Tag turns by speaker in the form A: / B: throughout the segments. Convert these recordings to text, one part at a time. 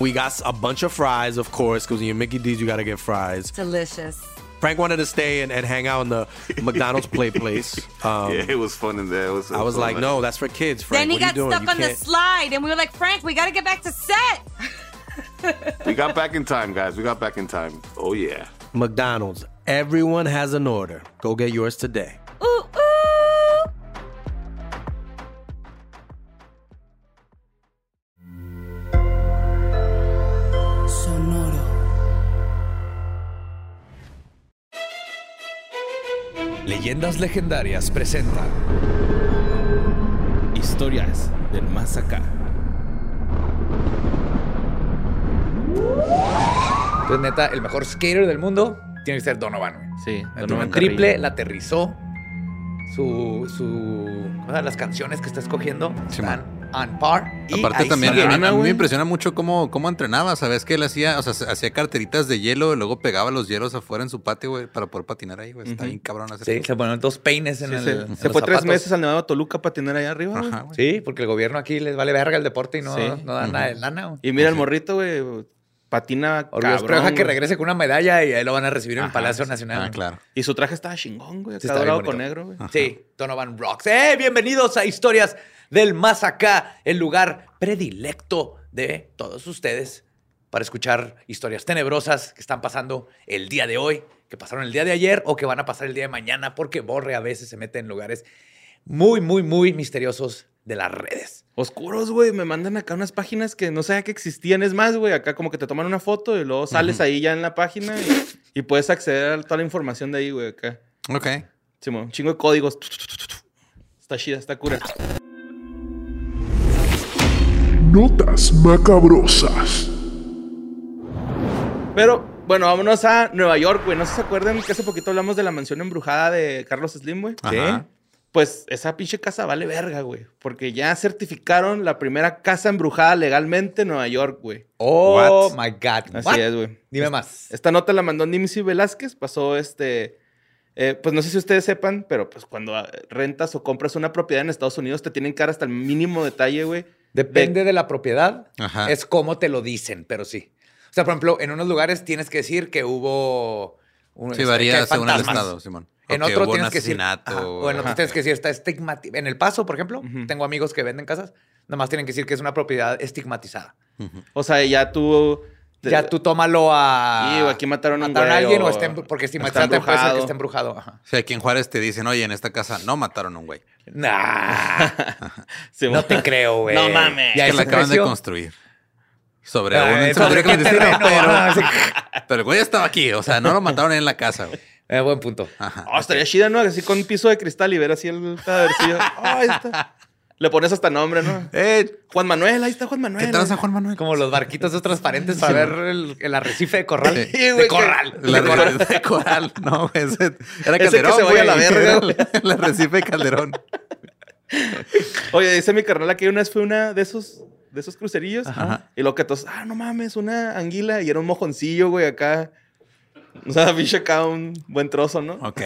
A: We got a bunch of fries, of course, because in your Mickey D's, you got to get fries.
B: Delicious.
A: Frank wanted to stay and, and hang out in the McDonald's play place. Um,
C: yeah, it was fun in there. It was, it
A: I was
C: fun,
A: like,
C: man.
A: no, that's for kids, Frank.
B: then he
A: what are
B: got
A: you doing?
B: stuck
A: You
B: on the
A: can't-
B: slide, and we were like, Frank, we got to get back to set.
C: We got back in time, guys. We got back in time. Oh yeah.
A: McDonald's. Everyone has an order. Go get yours today.
B: Ooh, ooh.
D: Leyendas Legendarias presenta Historias del Más Acá.
E: Entonces, neta, el mejor skater del mundo tiene que ser Donovan. güey.
F: Sí,
E: Donovan
F: Donovan Carrillo.
E: triple, la aterrizó. Su, su, o sea, las canciones que está escogiendo
F: Sí,
E: están on par. Y
F: Aparte
E: ahí
F: también,
E: sigue.
F: a mí, a mí me
E: güey.
F: impresiona mucho cómo, cómo entrenaba, ¿sabes? Que él hacía, o sea, se- hacía carteritas de hielo y luego pegaba los hielos afuera en su patio, güey, para poder patinar ahí, güey. Está bien cabrón hacer
E: Sí,
F: eso.
E: se ponen dos peines en
G: Sí,
E: el.
G: se,
E: en
G: se
E: los
G: fue tres
E: zapatos.
G: meses al Nevado de Toluca a patinar allá arriba. güey.
F: Ajá, güey.
E: Sí, pues, porque el gobierno aquí les vale verga el deporte y no,
G: Sí.
E: no dan nada de lana. güey.
G: Y mira el morrito, güey. Patina
E: Orgulloso,
G: cabrón,
E: pero deja que
G: güey.
E: regrese con una medalla y ahí lo van a recibir en el
F: Ajá,
E: Palacio
F: sí.
E: Nacional.
F: Ah,
E: güey.
F: claro.
G: Y su traje estaba chingón, güey.
E: Sí,
G: está
E: está bien
G: dorado con
E: bonito.
G: negro, güey.
E: Sí, Donovan Rocks. ¡Eh! Bienvenidos a Historias del Más Acá, el lugar predilecto de todos ustedes para escuchar historias tenebrosas que están pasando el día de hoy, que pasaron el día de ayer o que van a pasar el día de mañana, porque Borre a veces se mete en lugares muy, muy, muy misteriosos de las redes.
G: Oscuros, güey. Me mandan acá unas páginas que no sabía que existían. Es más, güey, acá como que te toman una foto y luego sales ahí ya en la página y, y puedes acceder a toda la información de ahí, güey, acá.
F: Ok.
E: Pues,
G: Sí, un chingo de códigos. Está chida, está cura.
H: Notas macabrosas.
G: Pero bueno, vámonos a Nueva York, güey. No sé si se acuerdan que hace poquito hablamos de la mansión embrujada de Carlos Slim, güey.
F: Ajá.
G: Pues esa pinche casa vale verga, güey. Porque ya certificaron la primera casa embrujada legalmente en Nueva York, güey.
E: Oh my God.
G: Así
E: What?
G: es, güey.
E: Dime más.
G: Esta nota la mandó Nimsi Velázquez. Pasó este. eh, pues no sé si ustedes sepan, pero pues cuando ah, rentas o compras una propiedad en Estados Unidos te tienen que dar hasta el mínimo detalle, güey.
E: Depende de la propiedad.
F: Ajá.
E: Es como te lo dicen, pero sí. O sea, por ejemplo, en unos lugares tienes que decir que hubo... un- este,
F: Sí,
E: que
F: varía
E: hay
F: según el
E: fantasmas.
F: estado, Simón.
E: En
F: O que
E: otro
F: hubo
E: tienes
F: un
E: que decir.
F: asesinato,
E: ajá, o en otro
G: ajá.
E: tienes que decir está estigmatizado. En El Paso, por ejemplo,
G: Ujú.
E: tengo amigos que venden casas. Nada más tienen que decir que es una propiedad estigmatizada.
F: Ujú.
G: O sea, ya tú.
E: ya tú tómalo a.
G: Sí, o aquí mataron a un güey,
E: alguien o,
G: o
E: está embru- porque
G: está
E: estigmatizada te puede ser que
G: embrujado.
E: está embrujado. Ajá.
F: Sí, aquí en Juárez te dicen, oye, en esta casa no mataron a un güey.
E: Nah,
G: Sí,
E: no te creo, güey.
G: No mames.
E: Ya
F: que la acaban de construir. Sobre un sobre clandestino, pero, pero el güey estaba aquí. O sea, no lo mataron en la casa, güey.
E: eh, buen punto.
F: Ajá.
G: Oh, estaría chida, ¿no? Así con piso de cristal y ver así el cadávercillo. Ah, ahí está. Le pones hasta nombre, ¿no?
F: Eh,
G: Juan Manuel, ahí está Juan Manuel.
F: ¿Qué tranza, Juan Manuel?
E: Como los barquitos esos transparentes para ver el, el arrecife de corral.
F: Sí.
E: De
G: güey, que-
E: corral.
F: La
E: de corral.
F: de, de coral, no, ese era
G: Ese que
F: Calderón.
G: se vaya a la
F: güey.
G: verga,
F: Era
G: güey.
F: el- El arrecife de Calderón.
G: Oye, dice mi carnal que una vez fue una de esos, de esos crucerillos.
F: Ajá.
G: Y lo que todos, ah, no mames, una anguila. Y era un mojoncillo, güey, acá. O sea, pinche acá un buen trozo, ¿no?
E: Ah,
F: Ok.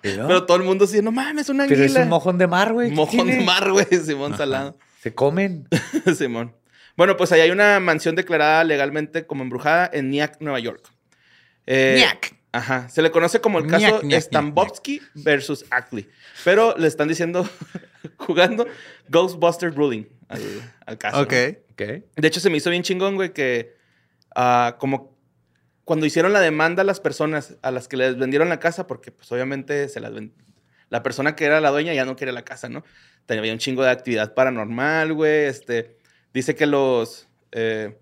G: Pero todo el mundo así, no mames, una anguila.
E: Pero es un mojón de mar, güey. ¿qué
G: Mojón de
E: tiene?
G: mar, güey, Simón Salado.
E: Se comen.
G: Simón. Bueno, pues ahí hay una mansión declarada legalmente como embrujada en Nyack, Nueva York. Eh,
E: Ñac.
G: Ajá. Se le conoce como el caso
F: Ñac, Ñac, Ñac,
G: Stambovsky versus Ackley. Pero le están diciendo, jugando Ghostbusters ruling al, al caso.
F: Ok.
G: ¿no?
E: Ok.
G: De hecho, se me hizo bien chingón, güey, que ah, como cuando hicieron la demanda a las personas a las que les vendieron la casa, porque pues obviamente se las ven- la persona que era la dueña ya no quería la casa, ¿no? Tenía un chingo de actividad paranormal, güey, este, dice que los, eh,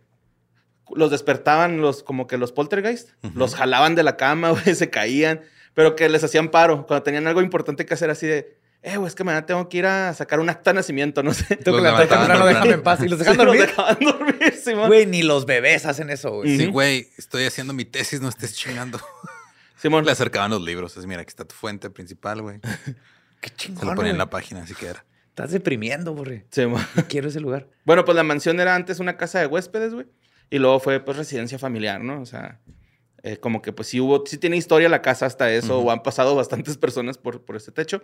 G: los despertaban los, como que los poltergeist, los jalaban de la cama, güey, se caían, pero que les hacían paro cuando tenían algo importante que hacer así de, eh, güey, es que mañana tengo que ir a sacar un acta de nacimiento, no sé.
E: Tengo que
F: Los
E: levantar
F: levantaban
E: temprano,
F: temprano.
E: déjame en paz. Y los dejan
G: Sí, los
E: dormir.
G: dejaban dormir, Simón.
E: Güey, ni los bebés hacen eso, güey.
F: Sí,
G: Ujú.
F: güey, estoy haciendo mi tesis, no estés chingando.
G: Simón.
F: Le acercaban los libros. Es, mira, aquí está tu fuente principal, güey.
E: Qué
F: Se
E: chingón.
F: lo ponían en
E: güey.
F: la página, así que era.
E: Estás deprimiendo, borre.
G: Simón.
E: Yo quiero ese lugar.
G: Bueno, pues la mansión era antes una casa de huéspedes, güey. Y luego fue, pues, residencia familiar, ¿no? O sea, eh, como que, pues, sí hubo, sí tiene historia la casa hasta eso, o han pasado bastantes personas por, por este techo.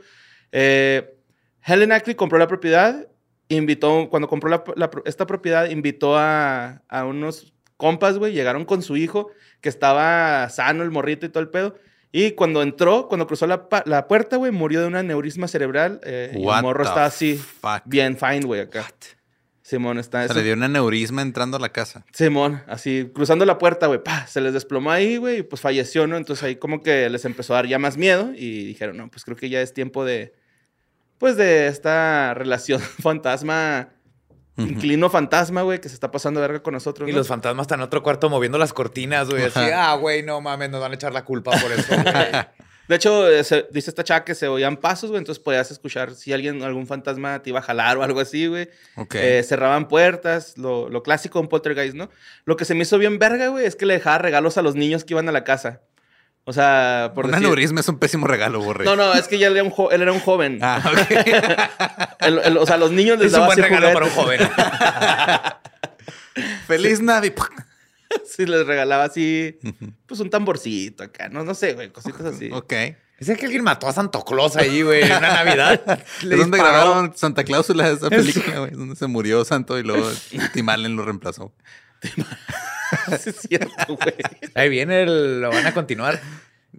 G: Eh, Helen Ackley compró la propiedad invitó, cuando compró la- la pro- esta propiedad, invitó a, a unos compas, güey, llegaron con su hijo, que estaba sano el morrito y todo el pedo. Y cuando entró, cuando cruzó la, pa- la puerta, güey, murió de un aneurisma cerebral. eh, y
F: What
G: el morro
F: the
G: está así,
F: fuck?
G: bien fine, güey, acá. Simón está...
F: Se
G: eso-
F: le dio un aneurisma entrando a la casa.
G: Simón, así, cruzando la puerta, güey, pa, se les desplomó ahí, güey, y pues falleció, ¿no? Entonces ahí como que les empezó a dar ya más miedo y dijeron, no, pues creo que ya es tiempo de, pues de esta relación fantasma, inclino fantasma, güey, que se está pasando verga con nosotros,
E: Y
G: ¿no?
E: los fantasmas están en otro cuarto moviendo las cortinas, güey. Así,
F: Ajá.
E: ah, güey, no mames, nos van a echar la culpa por eso, güey.
G: De hecho, eh, se- dice esta chava que se oían pasos, güey, entonces podías escuchar si alguien, algún fantasma te iba a jalar o algo así, güey.
F: Ok.
G: Eh, cerraban puertas, lo, lo clásico de un poltergeist, ¿no? Lo que se me hizo bien verga, güey, es que le dejaba regalos a los niños que iban a la casa. O sea, por
F: un
G: decir-
F: aneurisma es un pésimo regalo, borre.
G: No, no, es que ya él era un, jo- él era un joven.
F: Ah, ok.
G: El- el- o sea, los niños
E: es
G: les
E: un
G: daba
E: buen
G: así
E: regalo para un
G: juguetes.
E: joven.
F: Feliz Navidad.
G: Sí, les regalaba así, pues un tamborcito acá. No, no sé, güey, cositas así.
F: Ok.
E: Es que alguien mató a Santo Claus ahí, güey, en una Navidad.
F: Es donde
E: disparó.
F: grabaron Santa Cláusula esa película, güey. Donde se murió Santo y luego Tim Allen lo reemplazó.
G: Sí, es cierto, güey.
E: Ahí viene, el- lo van a continuar.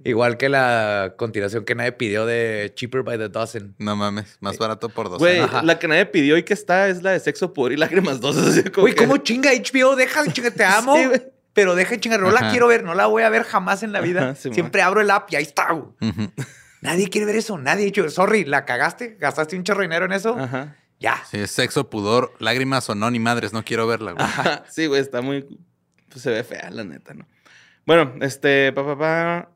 E: Igual que la continuación que nadie pidió de Cheaper by the Dozen.
F: No mames, más barato por dos.
G: Güey,
E: Ajá.
G: la que nadie pidió y que está es la de Sexo, Pudor y Lágrimas 2. así como
E: Güey,
G: que-
E: ¿cómo chinga HBO? Deja de chinga, te amo.
G: Sí, güey.
E: pero deja de chingar, no
F: Ajá.
E: la quiero ver, no la voy a ver jamás en la vida.
G: Ajá, sí,
E: Siempre abro el app y ahí está. güey.
F: Ujú.
E: Nadie quiere ver eso, nadie. Yo, sorry, la cagaste, gastaste un chorro de dinero en eso.
G: Ajá.
E: Ya.
F: Sí, es sexo, pudor, lágrimas o no, ni madres, no quiero verla, güey.
G: Ajá, Sí, güey, está muy. Pues se ve fea, la neta, ¿no? Bueno, este, pa, pa, pa.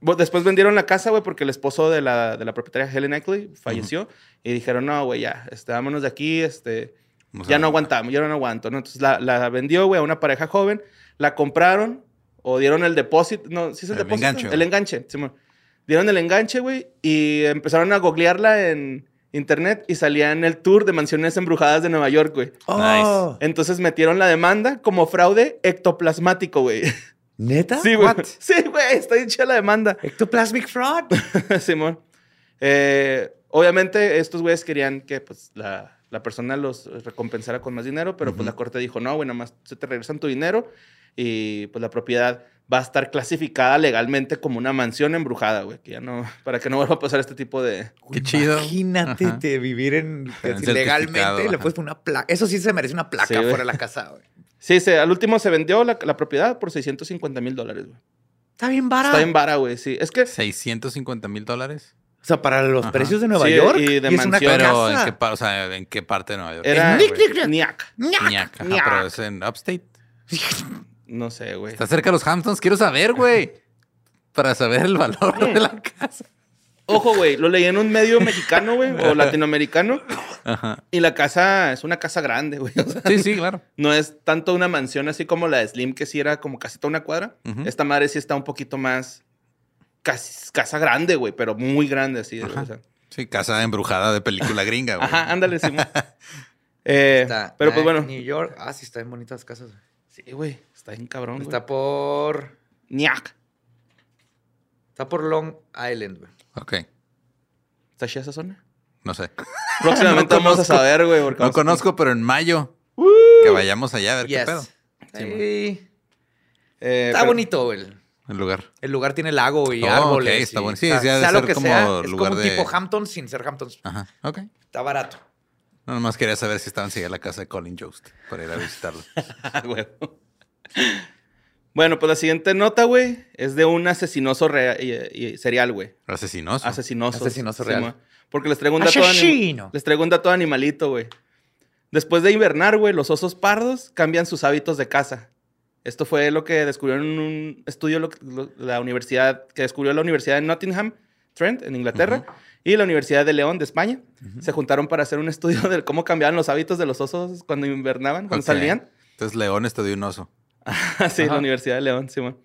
G: Bu- Después vendieron la casa, güey, porque el esposo de la, de la propietaria Helen Eckley falleció. Y dijeron, no, güey, ya, este, vámonos de aquí, este.
F: Vamos
G: ya
F: a-
G: no aguantamos, ya no aguanto, ¿no? Entonces la, la vendió, güey, a una pareja joven. La compraron o dieron el depósito. No, sí es el,
F: El
G: depósito.
F: enganche,
G: El
F: güey.
G: enganche, Simón. Dieron el enganche, güey, y empezaron a googlearla en internet y salían el tour de mansiones embrujadas de Nueva York, güey.
E: Oh,
G: Entonces metieron la demanda como fraude ectoplasmático, güey.
E: ¿Neta?
G: Sí, güey.
E: ¿Ah? What?
G: Sí, güey, está hincha la demanda,
E: Ectoplasmic fraud.
G: Simón. Eh, obviamente, estos güeyes querían que pues, la, la persona los recompensara con más dinero, pero pues la corte dijo, no, güey, nada más se te regresan tu dinero y pues la propiedad va a estar clasificada legalmente como una mansión embrujada, güey, que ya no, para que no vuelva a pasar este tipo de...
F: Qué chido.
E: Imagínate
F: Ajá.
E: de vivir en
F: certificado,
E: legalmente. Le
F: ajá.
E: puedes poner una placa. Eso sí se merece una placa
G: Sí, güey.
E: fuera de la casa, güey.
G: Sí, se- al último se vendió la, la propiedad por 650 mil dólares, güey.
E: Está bien barato.
G: Está en vara, güey, sí. Es que...
F: 650 mil dólares.
E: O sea, para los
F: Ajá.
E: precios de Nueva
G: Sí,
E: York.
G: y de
E: es una
G: mansión.
F: Pero, ¿en
E: casa.
F: qué, pa- o sea, ¿en qué parte de Nueva York?
G: Era
E: Nick, Nick, Nick.
G: Niñac.
F: Ñac, ajá, pero es en Upstate.
G: No sé, güey.
F: Está cerca de los Hamptons. Quiero saber, güey. Para saber el valor de la casa.
G: Ojo, güey, lo leí en un medio mexicano, güey, o latinoamericano.
F: Ajá.
G: Y la casa es una casa grande, güey. O sea,
F: Sí, sí, claro.
G: no es tanto una mansión así como la de Slim, que sí era como casi toda una cuadra.
F: Ujú.
G: Esta madre sí está un poquito más casi- casa grande, güey, pero muy grande así. güey, o sea.
F: Sí, casa embrujada de película gringa, güey.
G: Ajá, ándale, Simón. Eh,
E: Está-
G: pero pues
E: está en
G: bueno.
E: New York. Ah, sí, está en bonitas casas. güey.
G: Sí, güey, está bien cabrón, güey.
E: Está por.
G: Ñac.
E: Está por Long Island, güey.
F: Ok,
G: ¿Está chida esa zona?
F: no sé.
G: Próximamente vamos a
F: conozco.
G: saber, güey. porque
F: No
G: vamos a-
F: conozco, pero en mayo que vayamos allá a ver qué
E: Yes.
F: pedo.
E: Sí.
G: Eh,
E: Está
G: pero-
E: bonito, güey.
F: El lugar.
E: El lugar tiene lago y
F: Oh,
E: árboles.
F: ok, está
E: y-
F: bueno.
E: o
F: Sí,
E: sea,
F: sí, ha de
E: sea lo
F: ser
E: que
F: como
E: sea, es
F: lugar
E: como un
F: de-
E: tipo Hamptons sin ser Hamptons.
F: Ajá, ok.
E: Está barato.
F: No, nomás quería saber si estaban siguiendo la casa de Colin Jost para ir a visitarlo.
G: Ah, huevo. Bueno, pues la siguiente nota, güey, es de un asesinoso rea- y- y serial, güey.
F: Asesinoso.
G: Asesinoso.
E: Asesinoso
G: Sí,
E: real.
G: ma. Porque les traigo un dato. de anim-
E: Asesino.
G: Les traigo un dato de animalito, güey. Después de invernar, güey, los osos pardos cambian sus hábitos de caza. Esto fue lo que descubrieron en un estudio lo- lo- la universidad que descubrió la Universidad de Nottingham, Trent, en Inglaterra, y la Universidad de León, de España. Se juntaron para hacer un estudio de cómo cambiaban los hábitos de los osos cuando invernaban, cuando
F: Ok.
G: salían.
F: Entonces León está de un oso.
G: sí, la Universidad de León, Simón.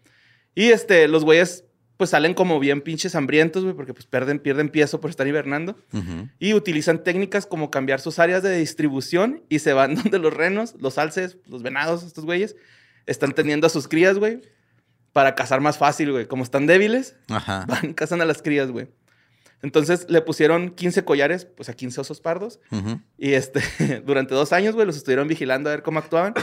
G: Y este, los güeyes pues salen como bien pinches hambrientos, güey, porque pues pierden, pierden piezo por estar hibernando.
F: Ujú.
G: Y utilizan técnicas como cambiar sus áreas de distribución y se van donde los renos, los alces, los venados, estos güeyes, están teniendo a sus crías, güey, para cazar más fácil, güey. Como están débiles,
F: Ajá.
G: van y cazan a las crías, güey. Entonces le pusieron 15 collares, pues a 15 osos pardos.
F: Ujú.
G: Y este, durante dos años, güey, los estuvieron vigilando a ver cómo actuaban.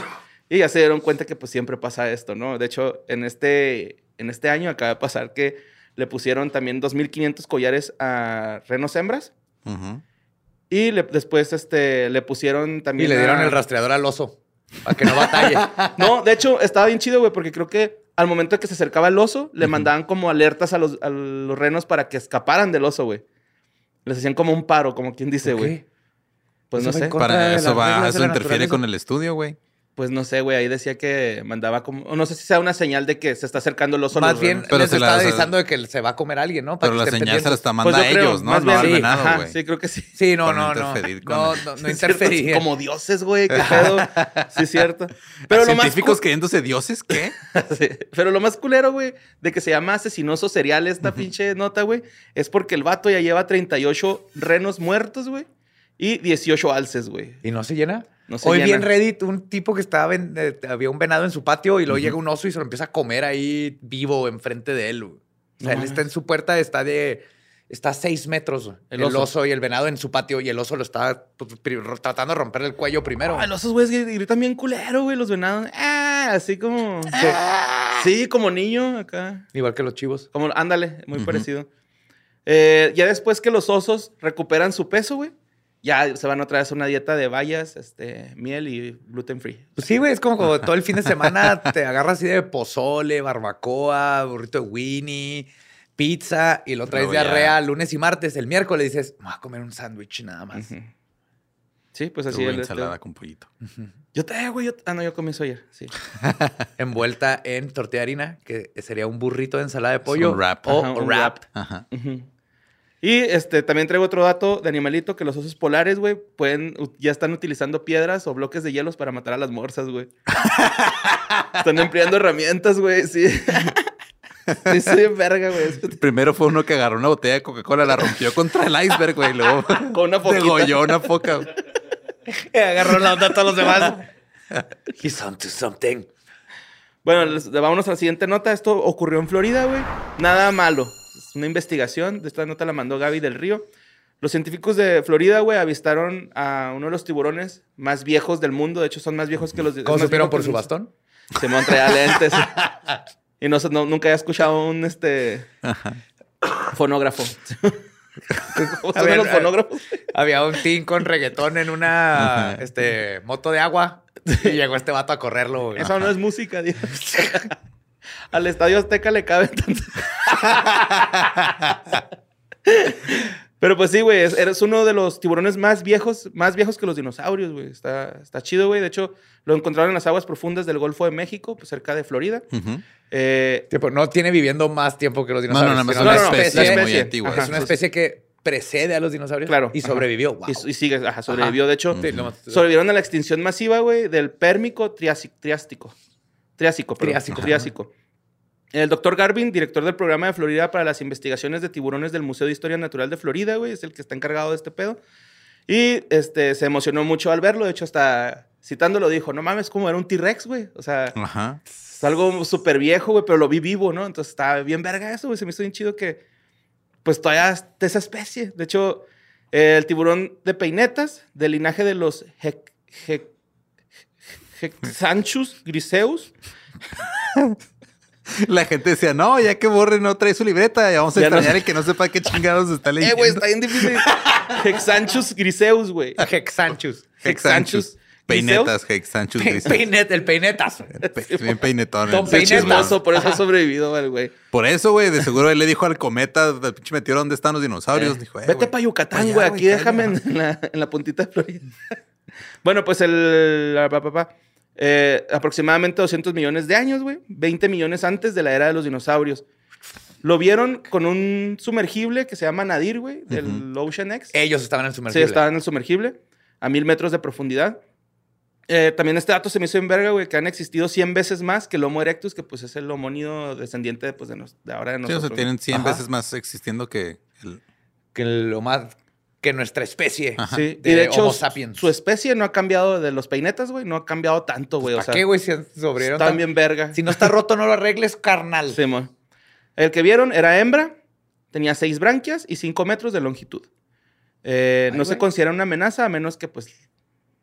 G: Y ya se dieron cuenta que pues siempre pasa esto, ¿no? De hecho, en este, en este año acaba de pasar que le pusieron también 2.500 collares a renos hembras.
F: Ujú.
G: Y le- después este, le pusieron también...
E: Y le dieron
G: a-
E: el rastreador al oso para que no batalle.
G: No, de hecho, estaba bien chido, güey, porque creo que al momento que se acercaba el oso, le mandaban como alertas a los, a los renos para que escaparan del oso, güey. Les hacían como un paro, como quien dice,
E: ¿Por
G: güey.
E: qué?
G: Pues no
E: Eso va
G: sé.
E: en contra de
F: Para eso
E: las
F: va,
E: reglas de
F: eso
E: la
F: interfiere
E: naturaleza.
F: con el estudio, güey.
G: Pues no sé, güey. Ahí decía que mandaba como. o No sé si sea una señal de que se está acercando el oso. a
E: Más
G: los
E: bien,
G: renos.
F: Pero
E: les
F: se la-
E: está
F: o sea,
E: avisando de que se va a comer a alguien, ¿no? Para
F: Pero
E: que
F: la
E: estén
F: señal se la
E: pendientes.
F: está
G: Pues
F: mandando a
G: yo creo,
F: ellos, ¿no?
G: más
F: No
G: bien,
F: al
G: sí,
F: venado,
G: ajá,
F: güey.
G: Sí, creo que sí.
E: Sí, no,
F: Para
E: no,
F: no
E: no.
F: interferir con
E: No,
F: el-
E: no, no
G: Sí, es cierto,
E: interferir.
G: Como dioses, güey. Qué pedo. Sí, cierto. Pero lo más.
F: científicos
G: cu-
F: creyéndose dioses, ¿qué?
G: Sí. Pero lo más culero, güey, de que se llama asesinoso serial esta pinche nota, güey, es porque el vato ya lleva 38 renos muertos, güey, y 18 alces, güey.
E: ¿Y no se llena?
G: No se
E: Hoy vi
G: llena.
E: en Reddit un tipo que estaba ven- eh, había un venado en su patio y luego llega un oso y se lo empieza a comer ahí vivo enfrente de él. güey. O sea,
G: No
E: él
G: mames.
E: está en su puerta, está de. Está a seis metros güey.
G: El
E: el,
G: oso.
E: oso. y el venado en su patio y el oso lo está pues, pri- tratando de romper el cuello primero.
G: Ah, los osos, güey, gr- gritan bien culero, güey, los venados. Ah, así como. Sí, como niño acá.
E: Igual que los chivos.
G: Como, ándale, muy
F: Ujú.
G: parecido. Eh, ya después que los osos recuperan su peso, güey, ya se van otra vez a una dieta de bayas, este, miel y gluten free.
E: Pues sí, güey, es como, como todo el fin de semana te agarras así de pozole, barbacoa, burrito de Winnie, pizza y lo traes
F: Luego ya.
E: diarrea lunes y martes. El miércoles dices, me voy a comer un sándwich nada más.
G: Ujú. Sí, pues así
F: Tuve
G: el-
F: ensalada con pollito.
G: Yo te, güey, yo- ah, no, yo comí eso ayer, sí.
E: envuelta en tortilla de harina, que sería un burrito de ensalada de pollo.
F: un wrap.
E: O
G: Ajá, un
E: wrap.
F: Ajá.
G: Ujú. Y este, también traigo otro dato de animalito que los osos polares, güey, pueden, u- ya están utilizando piedras o bloques de hielos para matar a las morsas, güey. están empleando herramientas, güey, sí. sí, sí, verga, güey.
F: Primero fue uno que agarró una botella de Coca-Cola, la rompió contra el iceberg, güey. y Luego
G: Con una foquita.
F: degolló una foca.
E: Agarró la onda a todos los demás. He's onto something.
G: Bueno, les- vámonos a la siguiente nota. Esto ocurrió en Florida, güey. Nada malo. Es una investigación. De Esta nota la mandó Gaby del Río. Los científicos de Florida, güey, avistaron a uno de los tiburones más viejos del mundo. De hecho, son más viejos que los...
E: ¿Cómo
G: más
E: supieron
G: viejo
E: por
G: que
E: su
G: los-
E: bastón?
G: Se me traía lentes. ¿eh? y no, sé, no- nunca había escuchado un este fonógrafo. ¿Cómo
E: A
G: suenan
E: ver,
G: los
E: a-
G: fonógrafos?
E: Había un team con reggaetón en una este, moto de agua y llegó este vato a correrlo. güey.
G: Eso no es música, Dios. Al Estadio Azteca le cabe tanto. Pero pues sí, güey, es- eres uno de los tiburones más viejos, más viejos que los dinosaurios, güey. Está, está chido, güey. De hecho, lo encontraron en las aguas profundas del Golfo de México, pues, cerca de Florida.
E: Mm.
F: Ujú.
G: Eh,
E: Tipo, no tiene viviendo más tiempo que los
F: No, no,
E: dinosaurios.
F: no, es
E: sino
F: una
E: la
G: no, no,
F: especie,
G: especie.
F: muy antigua.
G: Ajá.
E: es una especie que precede a los dinosaurios
G: Claro,
E: y
G: ajá.
E: sobrevivió. Wow. Mm.
G: y, y sigue, ajá, sobrevivió. De hecho,
E: Sí, lo más-
G: Sobrevivieron a la extinción masiva, güey, del pérmico triásico. Triásico. Triásico, perdón.
E: Triásico.
G: Triásico. El doctor Garvin, director del programa de Florida para las investigaciones de tiburones del Museo de Historia Natural de Florida, güey, es el que está encargado de este pedo. Y este, se emocionó mucho al verlo. De hecho, hasta citándolo dijo: No mames, como era un T-Rex, güey. O sea,
F: Ajá.
G: es algo súper viejo, güey, pero lo vi vivo, ¿no? Entonces estaba bien verga eso, güey. Se me hizo bien chido que, pues todavía está esa especie. De hecho, eh, el tiburón de peinetas, del linaje de los hec, hec- Hexanchus griseus,
F: La gente decía, no, ya que Borre no trae su libreta, ya vamos a
G: Ya no-
F: extrañar el que no sepa qué chingados está
G: Eh,
F: leyendo.
G: güey, está bien difícil. Hexanchus griseus, güey.
E: Ah, Hexanchus.
G: Hexanchus.
F: Peinetas, Hex Sanchus Gris.
E: Peinet, el peinetas.
F: Pe- Bien peinetón.
E: Don
F: el
G: Soy
E: Peinetas.
F: chismoso.
G: chismoso, por eso ha sobrevivido, el güey.
F: Por eso, güey, de seguro él le dijo al cometa, del pinche meteoro, ¿dónde están los dinosaurios? Dijo, eh,
G: Vete
F: güey,
G: para Yucatán,
F: allá,
G: güey. Aquí
F: cállate.
G: déjame en, en la, en la puntita de Florida. bueno, pues el. la- pa- pa- pa, eh, aproximadamente 200 millones de años, güey. 20 millones antes de la era de los dinosaurios. Lo vieron con un sumergible que se llama Nadir, güey, del Ocean X.
E: Ellos estaban en el
G: Sí,
E: sumergible.
G: estaba en el sumergible, a mil metros de profundidad. Eh, también este dato se me hizo en verga, güey, que han existido 100 veces más que el Homo erectus, que pues es el homónido descendiente pues, de, nos- de ahora de
F: Sí, o
G: nosotros.
F: sea,
G: ¿no?
F: tienen 100
E: Ajá.
F: veces más existiendo que el...
E: que lo más que nuestra especie.
G: Sí,
E: de
G: y de hecho,
E: Homo sapiens.
G: su especie no ha cambiado de los peinetas, güey, no ha cambiado tanto, güey. O
E: ¿Para
G: sea,
E: Pues, qué, güey? Si sobrevivieron
G: están
E: tan-
G: bien verga.
E: Si no está roto, no lo arregles, carnal.
G: Sí, mo. El que vieron era hembra, Tenía seis branquias y cinco metros de longitud. Eh, no se considera una amenaza a menos que pues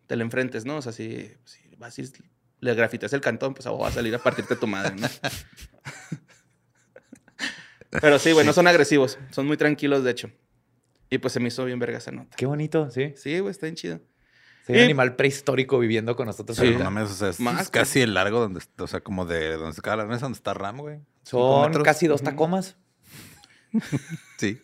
G: te le enfrentes, ¿no? O sea, si, si vas y le grafitas el cantón, pues va a salir a partirte tu madre, ¿no? Pero sí, güey, no son agresivos. Son muy tranquilos, de hecho. Y pues se me hizo bien verga esa nota.
E: Qué bonito, sí.
G: Sí, güey, está bien chido.
E: Sería
G: Y-
E: un animal prehistórico viviendo con nosotros.
G: Sí.
F: Pero
E: ahorita.
F: no mames, o sea, es,
G: Más,
F: es casi el largo donde, o sea, como de donde se acaba la mesa, donde está Ram, güey. Cinco
E: Son
F: metros.
E: casi dos tacomas.
F: Sí.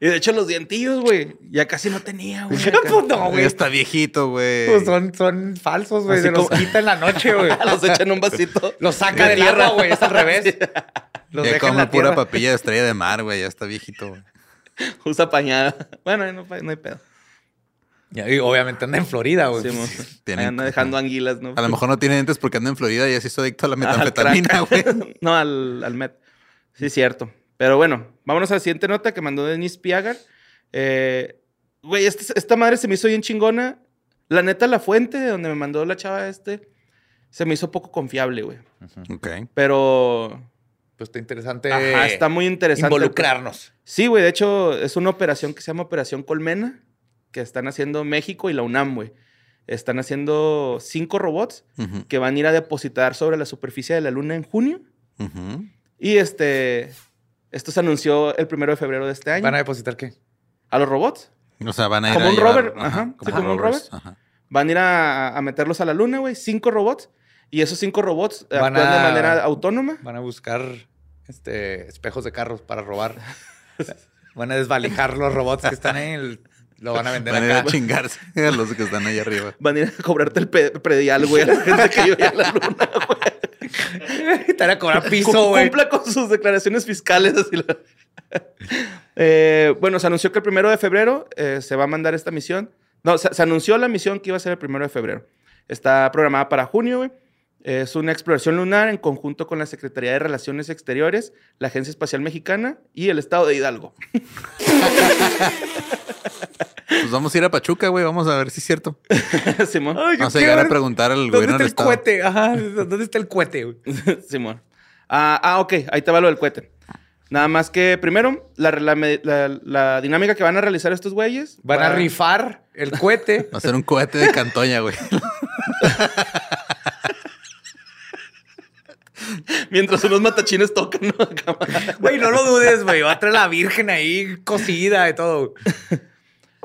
G: Y de hecho los dientillos, güey, ya casi no tenía, güey. acá.
E: Pues no,
F: Ya
E: güey.
F: está viejito, güey.
E: Pues son, son falsos, güey.
G: Así
E: Se los
G: como-
E: quita en la noche, güey.
G: los echan en un vasito.
E: Los saca
G: De
E: del
G: tierra.
E: agua, güey. Es al revés. Los
F: ya
E: deja en
F: come
E: la
F: pura
E: tierra.
F: papilla de estrella de mar, güey. Ya está viejito, güey.
G: Usa pañada. Bueno, no, pa- no hay pedo.
E: Y obviamente anda en Florida, güey.
G: Sí, mo.
F: tienen-
G: Ahí anda dejando anguilas, ¿no?
F: A lo mejor no tiene dientes porque anda en Florida y ya se hizo adicto a la
G: Al
F: metanfetamina, güey.
G: crack. no, al, al met. Sí, cierto. Pero bueno, vámonos a la siguiente nota que mandó Denise Piagar. Eh, Güey, este- esta madre se me hizo bien chingona. La neta, la fuente de donde me mandó la chava este se me hizo poco confiable, güey.
F: ok.
G: Pero
E: Pues está interesante
G: ajá, está muy interesante.
E: involucrarnos.
G: Sí, güey. De hecho, es una operación que se llama Operación Colmena, que están haciendo México y la UNAM, güey. Están haciendo cinco robots
F: Ujú,
G: que van a ir a depositar sobre la superficie de la Luna en junio.
F: ujú.
G: Y este, esto se anunció el primero de febrero de este año.
E: ¿Van a depositar qué?
G: a los robots
F: O sea, van a ir
G: Como
F: a
G: un
F: llevar-
G: rover, ajá, sí, como un
F: rovers,
G: rover.
F: ajá.
G: van a ir a, a meterlos a la Luna, güey. Cinco robots. Y esos cinco robots eh,
E: Van
G: actúan de
E: a-
G: manera autónoma.
E: Van a buscar este, espejos de carros para robar. Van a desvalijar los robots que están ahí. el- Lo van a vender
F: Van a ir a
E: acá.
F: chingarse a los que están ahí arriba.
G: Van a ir a cobrarte el pe- predial, güey, a la gente que vive en la Luna.
E: Te van a cobrar piso,
G: Cum-
E: güey.
G: Cumpla con sus declaraciones fiscales. así la- Eh, bueno, se anunció que el primero de febrero eh, se va a mandar esta misión. No, se, se anunció la misión que iba a ser el primero de febrero. Está programada para junio, güey. Es una exploración lunar en conjunto con la Secretaría de Relaciones Exteriores, la Agencia Espacial Mexicana y el Estado de Hidalgo.
F: Pues vamos a ir a Pachuca, güey. Vamos a ver si es cierto.
G: Simón.
F: Vamos a llegar a preguntar al
E: ¿Dónde está
F: gobierno del
E: el
F: estado.
E: cohete? Ajá, ¿dónde está el cohete? güey?
G: Simón. Ah, ah, ok, ahí te va lo del cohete. Nada más que primero, la, la- la- la dinámica que van a realizar estos güeyes.
E: Van
G: va-
E: a rifar el cohete.
F: Va a ser un cohete de Cantoña, güey.
G: Mientras unos matachines tocan, ¿no? Acá.
E: Güey, no lo dudes, güey. Va a traer a la virgen ahí cocida y todo.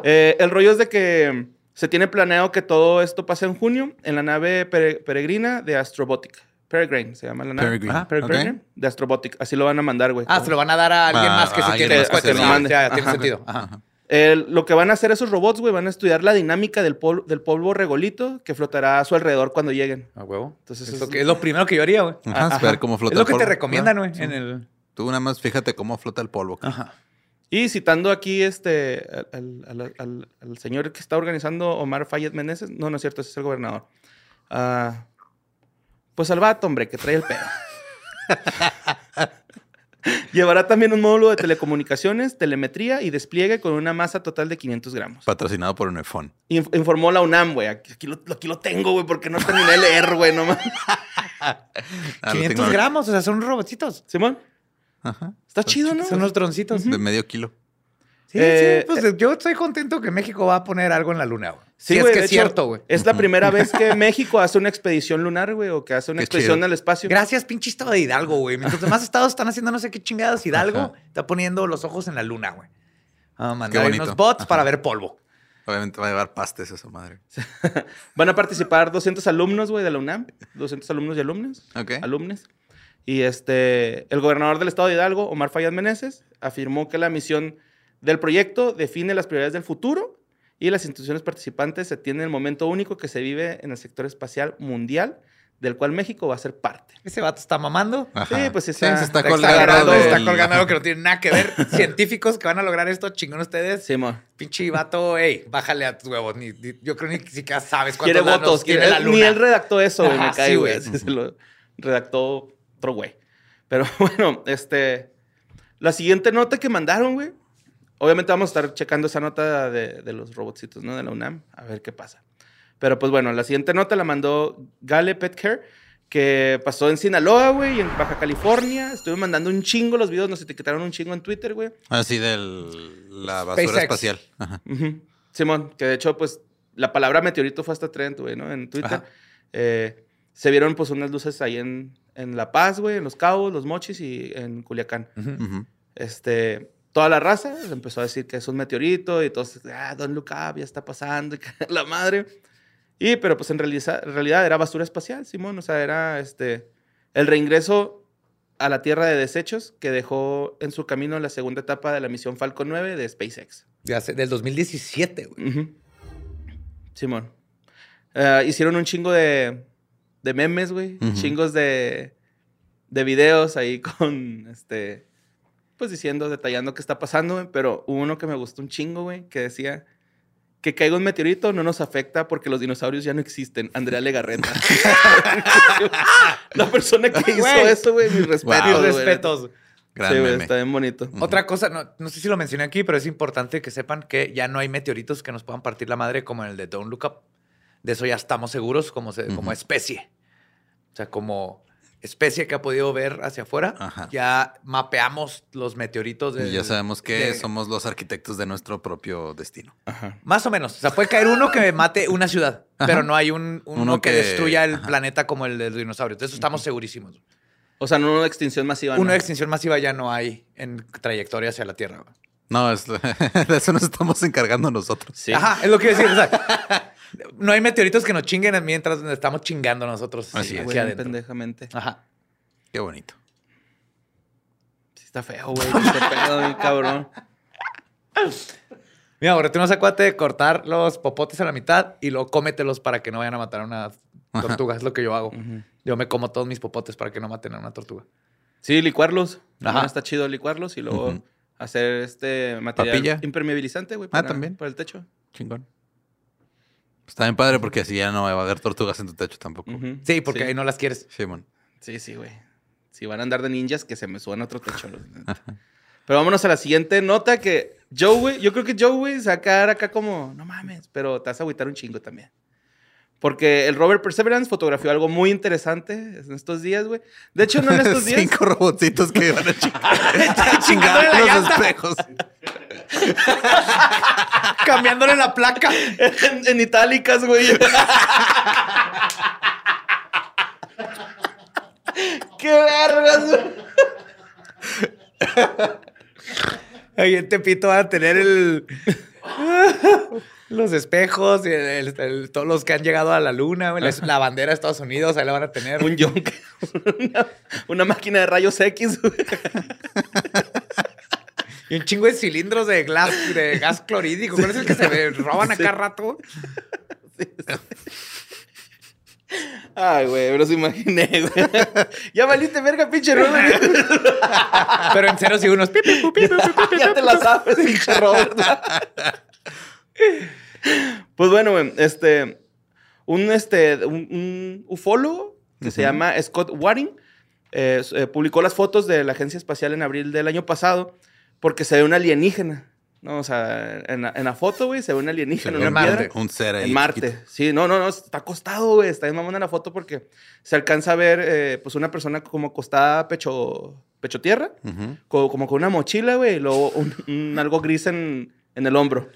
G: Eh, el rollo es de que se tiene planeado que todo esto pase en junio en la nave pere- peregrina de Astrobotic. Peregrine se llama la nave.
F: Peregrine. Ah,
G: Ajá, Peregrine
F: Ok.
G: de Astrobotic. Así lo van a mandar, güey.
E: Ah, se lo van a dar a alguien
F: Ah,
E: más que
F: a
E: se
F: alguien
E: tiene los
F: más que se
E: cohetes.
F: lo
E: Ah,
G: mande.
E: ya, tiene
G: Ajá.
E: sentido. Ajá.
G: Eh, lo que van a hacer esos robots, güey, van a estudiar la dinámica del, pol- del polvo regolito que flotará a su alrededor cuando lleguen.
E: A huevo. Entonces,
G: Es
E: es
G: lo
E: lo,
G: que-
E: primero que yo haría, güey.
F: Ajá, es ver cómo flota
E: Es lo
F: el
E: que te
F: polvo.
E: recomiendan,
F: Ah,
E: güey.
F: sí.
E: En el.
F: Tú nada más fíjate cómo flota el polvo. cabrón.
E: Ajá.
G: Y citando aquí este, al, al- al- al- al señor que está organizando Omar Fayet Meneses, no, no es cierto, ese es el gobernador. Ah, pues al vato, hombre, que trae el pedo. Llevará también un módulo de telecomunicaciones, telemetría y despliegue con una masa total de 500 gramos.
F: Patrocinado por un iPhone.
G: Inf- informó la UNAM, güey. Aquí, aquí lo, aquí lo tengo, güey, porque no terminé de leer, güey, nomás.
F: Ah, lo
E: 500
F: tengo-
E: gramos, o sea, son robotitos.
G: Simón,
F: Ajá.
G: está chido, ¿no?
E: Pues Son unos droncitos.
F: De medio kilo.
E: Sí,
G: Eh,
E: sí. Pues yo estoy contento que México va a poner algo en la luna, güey.
G: Sí,
E: Sí, es
G: güey,
E: que
G: de
E: es
G: hecho,
E: cierto, güey.
G: Es la primera vez que México hace una expedición lunar, güey, o que hace una
F: Qué
G: expedición
F: chido.
G: al espacio.
E: Gracias, pinche estado de Hidalgo, güey. Mientras demás estados están haciendo no sé qué chingadas, Hidalgo
F: Ajá.
E: está poniendo los ojos en la luna, güey. A mandar
F: Qué
E: ahí
F: bonito.
E: unos bots
F: Ajá.
E: para ver polvo.
F: Obviamente va a llevar pastes esa madre.
G: Van a participar 200 alumnos, güey, de la UNAM. 200 alumnos y alumnas.
F: Ok.
G: Alumnes. Y este, el gobernador del estado de Hidalgo, Omar Fayad Meneses, afirmó que la misión del proyecto define las prioridades del futuro y las instituciones participantes se tienen el momento único que se vive en el sector espacial mundial, del cual México va a ser parte.
E: Ese vato está mamando.
F: Ajá.
G: Sí, pues está-
F: se está,
G: está
F: colgando.
E: agarrando,
F: del-
E: está colgando algo que no tiene nada que ver. Científicos que van a lograr esto, chingón ustedes.
G: Simón.
E: Pinche vato, ey, bájale a tus huevos. Ni- ni- yo creo ni siquiera sabes
G: Quiere
E: cuántos lados
G: votos.
E: tiene
G: quiere-
E: la
G: eh,
E: luna.
G: Ni él redactó eso, güey. Me
E: Ajá,
G: cae,
E: sí,
G: güey.
E: güey.
G: Ese se lo redactó otro güey. Pero bueno, este. La siguiente nota que mandaron, güey. Obviamente vamos a estar checando esa nota de, de los robotcitos, ¿no? De la UNAM. A ver qué pasa. Pero pues bueno, la siguiente nota la mandó Gale Petcare, que pasó en Sinaloa, güey, y en Baja California. Estuve mandando un chingo los videos, nos etiquetaron un chingo en Twitter, güey.
F: Así de la basura
E: SpaceX.
F: espacial. Ajá.
G: Ujú. Simón, que de hecho, pues, la palabra meteorito fue hasta trend, güey, ¿no? En Twitter.
F: Ajá.
G: Eh, se vieron, pues, unas luces ahí en, en La Paz, güey, en Los Cabos, Los Mochis y en Culiacán.
F: Ujú.
G: Este, toda la raza le empezó a decir que es un meteorito y todos, ah, Don Look Up, ya está pasando, y que la madre. Y, pero pues en realiza- en realidad era basura espacial, Simón. O sea, era este, el reingreso a la Tierra de desechos que dejó en su camino la segunda etapa de la misión Falcon 9 de SpaceX.
E: De hace- del 2017, güey.
G: Ujú. Simón. Eh, hicieron un chingo de, de memes, güey.
F: Ujú.
G: Chingos de, de videos ahí con, este, pues diciendo, detallando qué está pasando, güey. Pero hubo uno que me gustó un chingo, güey, que decía que caiga un meteorito no nos afecta porque los dinosaurios ya no existen. Andrea Legarreta. La persona que hizo
E: Güey.
G: eso, güey, mis respetos.
F: Mis
E: Mis
G: güey.
E: respetos.
F: Gran
G: Sí, güey,
F: meme.
G: está bien bonito.
E: Otra cosa, no, no sé si lo mencioné aquí, pero es importante que sepan que ya no hay meteoritos que nos puedan partir la madre como el de Don't Look Up. De eso ya estamos seguros como, se- como
F: Ujú.
E: especie. O sea, como especie que ha podido ver hacia afuera,
F: Ajá.
E: ya mapeamos los meteoritos. del-
F: Y ya sabemos que
E: de-
F: somos los arquitectos de nuestro propio destino.
E: Más o menos. O sea, puede caer uno que mate una ciudad,
F: Ajá.
E: pero no hay un, uno,
F: Uno
E: que,
F: que-
E: destruya el
F: ajá.
E: planeta como el del dinosaurio. De eso estamos segurísimos.
G: O sea, no una extinción masiva.
E: Una
G: ¿no?
E: extinción masiva ya no hay en trayectoria hacia la Tierra. güey.
F: No, es- de eso nos estamos encargando nosotros.
G: Sí.
E: Ajá, es lo que decir. O sea, no hay meteoritos que nos chinguen mientras nos estamos chingando nosotros
F: Así
E: hacia
F: es.
G: Güey,
E: adentro.
G: pendejamente.
E: Ajá.
F: Qué bonito.
G: Sí, está feo, güey. Este pedo, bien cabrón.
E: Mira, ahora tú no acuérdate de cortar los popotes a la mitad y luego cómetelos para que no vayan a matar a una tortuga. Es lo que yo hago.
G: Mm.
E: Yo me como todos mis popotes para que no maten a una tortuga.
G: Sí, licuarlos.
E: Ajá.
G: Ajá. Está chido licuarlos y luego
F: Ujú.
G: hacer este material
F: Papilla.
G: impermeabilizante, güey.
F: Ah,
G: para-
F: también.
G: Para el techo.
F: Chingón. Está bien Pues padre porque así ya no va a haber tortugas en tu techo tampoco.
G: Ujú.
E: Sí, porque ahí no las quieres.
F: Sí, mon.
G: Sí, sí, güey. Si van a andar de ninjas, que se me suban a otro techo. la neta. pero vámonos a la siguiente nota que Joe, güey. Yo creo que Joe, güey, se va a quedar acá como, no mames, pero te vas a agüitar un chingo también. Porque el Robert Perseverance fotografió algo muy interesante en estos días, güey. De hecho, no en estos días.
F: Cinco robotcitos que van a chingar,
E: chingándole la
F: los
E: llanta.
F: espejos.
E: Cambiándole la placa.
G: en, en itálicas, güey. ¡Qué vergas, güey!
E: Ahí en Tepito van a tener el. Los espejos, y el- el- el- todos los que han llegado a la luna, güey, les- la bandera de Estados Unidos, ahí la van a tener.
G: Un yonk. Una, una máquina de rayos X, güey.
E: Y un chingo de cilindros de, glas- de gas clorídico. ¿Cuál es el que se roban acá rato?
G: Ay, güey, pero se imaginé, güey. Ya valiste verga, pinche Robert.
E: Pero en ceros y unos. pi, pi, pu, pi, pu, pi, pi, pi,
G: ya te la sabes, pinche Robert. pues bueno, güey, este. Un, este, un, un ufólogo que se llama Scott Waring eh, s- eh, publicó las fotos de la agencia espacial en abril del año pasado porque se ve un alienígena. ¿no? O sea, en la, en la foto, güey, se ve un alienígena.
E: ve
G: una
E: en Marte.
G: piedra.
F: Un ser ahí.
G: En Marte.
F: chiquito.
G: Sí, no, no, no, está acostado, güey. Está bien mamona la foto porque se alcanza a ver, eh, pues, una persona como acostada pecho, pecho tierra,
F: Ujú.
G: co- como con una mochila, güey, y luego un, un algo gris en, en el hombro.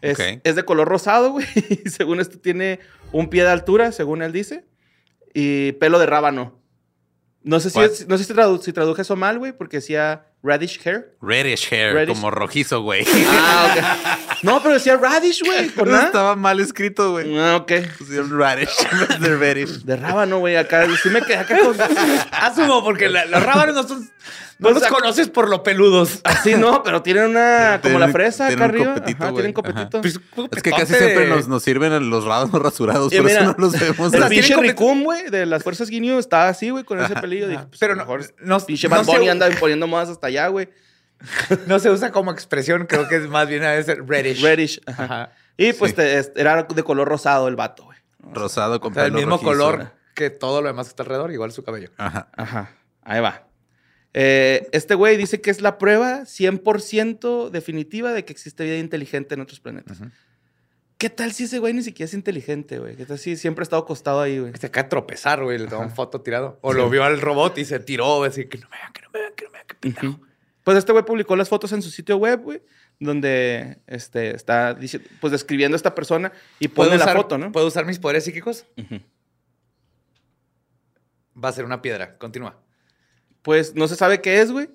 G: Es,
F: Ok.
G: es de color rosado, güey, y según esto tiene un pie de altura, según él dice, y pelo de rábano. No sé si,
F: What?
G: es- no sé si, tradu- si traduje eso mal, güey, porque decía radish hair.
F: Reddish hair,
G: Reddish.
F: como rojizo, güey.
G: Ah, ok. No, pero decía radish, güey, con
F: No
G: nada.
F: estaba mal escrito, güey.
G: Ah, ok.
F: Pusieron Reddish en vez de reddish.
G: De rábano, güey, acá. Sí me quedé acá con...
E: Asumo, porque la- los rábanos no, son- no
G: O
E: los
G: sea-
E: conoces por lo peludos.
G: Así no, pero tienen una... Como
F: Tienen-
G: la fresa acá
F: tienen un
G: arriba.
F: copetito,
G: Ajá,
F: güey.
G: tienen copetito.
E: Pues,
F: Es que casi
E: petote
F: siempre
E: de-
F: nos, nos sirven los rábanos rasurados,
G: Y
F: por
G: mira,
F: eso no los vemos.
G: El
E: sea,
F: así.
E: tienen
G: pinche
E: cope-
G: Ricum, güey, de las fuerzas Guineo, estaba así, güey, con ese pelillo. Dije, pues,
E: Pero
G: a lo
E: no-
G: mejor
E: no-
G: pinche
E: no
G: Bad
E: se-
G: Bunny anda poniendo modas hasta allá, güey.
E: No se usa como expresión, creo que es más bien a veces reddish.
G: Reddish. ajá.
E: Ajá.
G: Y pues
F: Sí.
G: te- es- era de color rosado el vato, güey.
F: Rosado con
E: O sea, el
F: pelo
E: mismo
F: rojizo.
E: color que todo lo demás que está alrededor, igual su cabello.
F: Ajá.
G: Ajá. Ahí va. Eh, este güey dice que es la prueba 100% definitiva de que existe vida inteligente en otros planetas. ¿Qué tal si ese güey ni siquiera es inteligente, güey? ¿Qué tal si siempre ha estado acostado ahí, güey?
E: Se acaba de tropezar, güey, le tomó un foto tirado. O lo vio al robot y se tiró, güey, así que no me vean, que no me vean, que no me vean, que pendejo.
G: Pues este güey publicó las fotos en su sitio web, güey, donde este, está dici- pues describiendo a esta persona y pone la
E: usar-
G: foto, ¿no?
E: ¿Puedo usar mis poderes psíquicos? Va a ser una piedra. Continúa.
G: Pues no se sabe qué es, güey.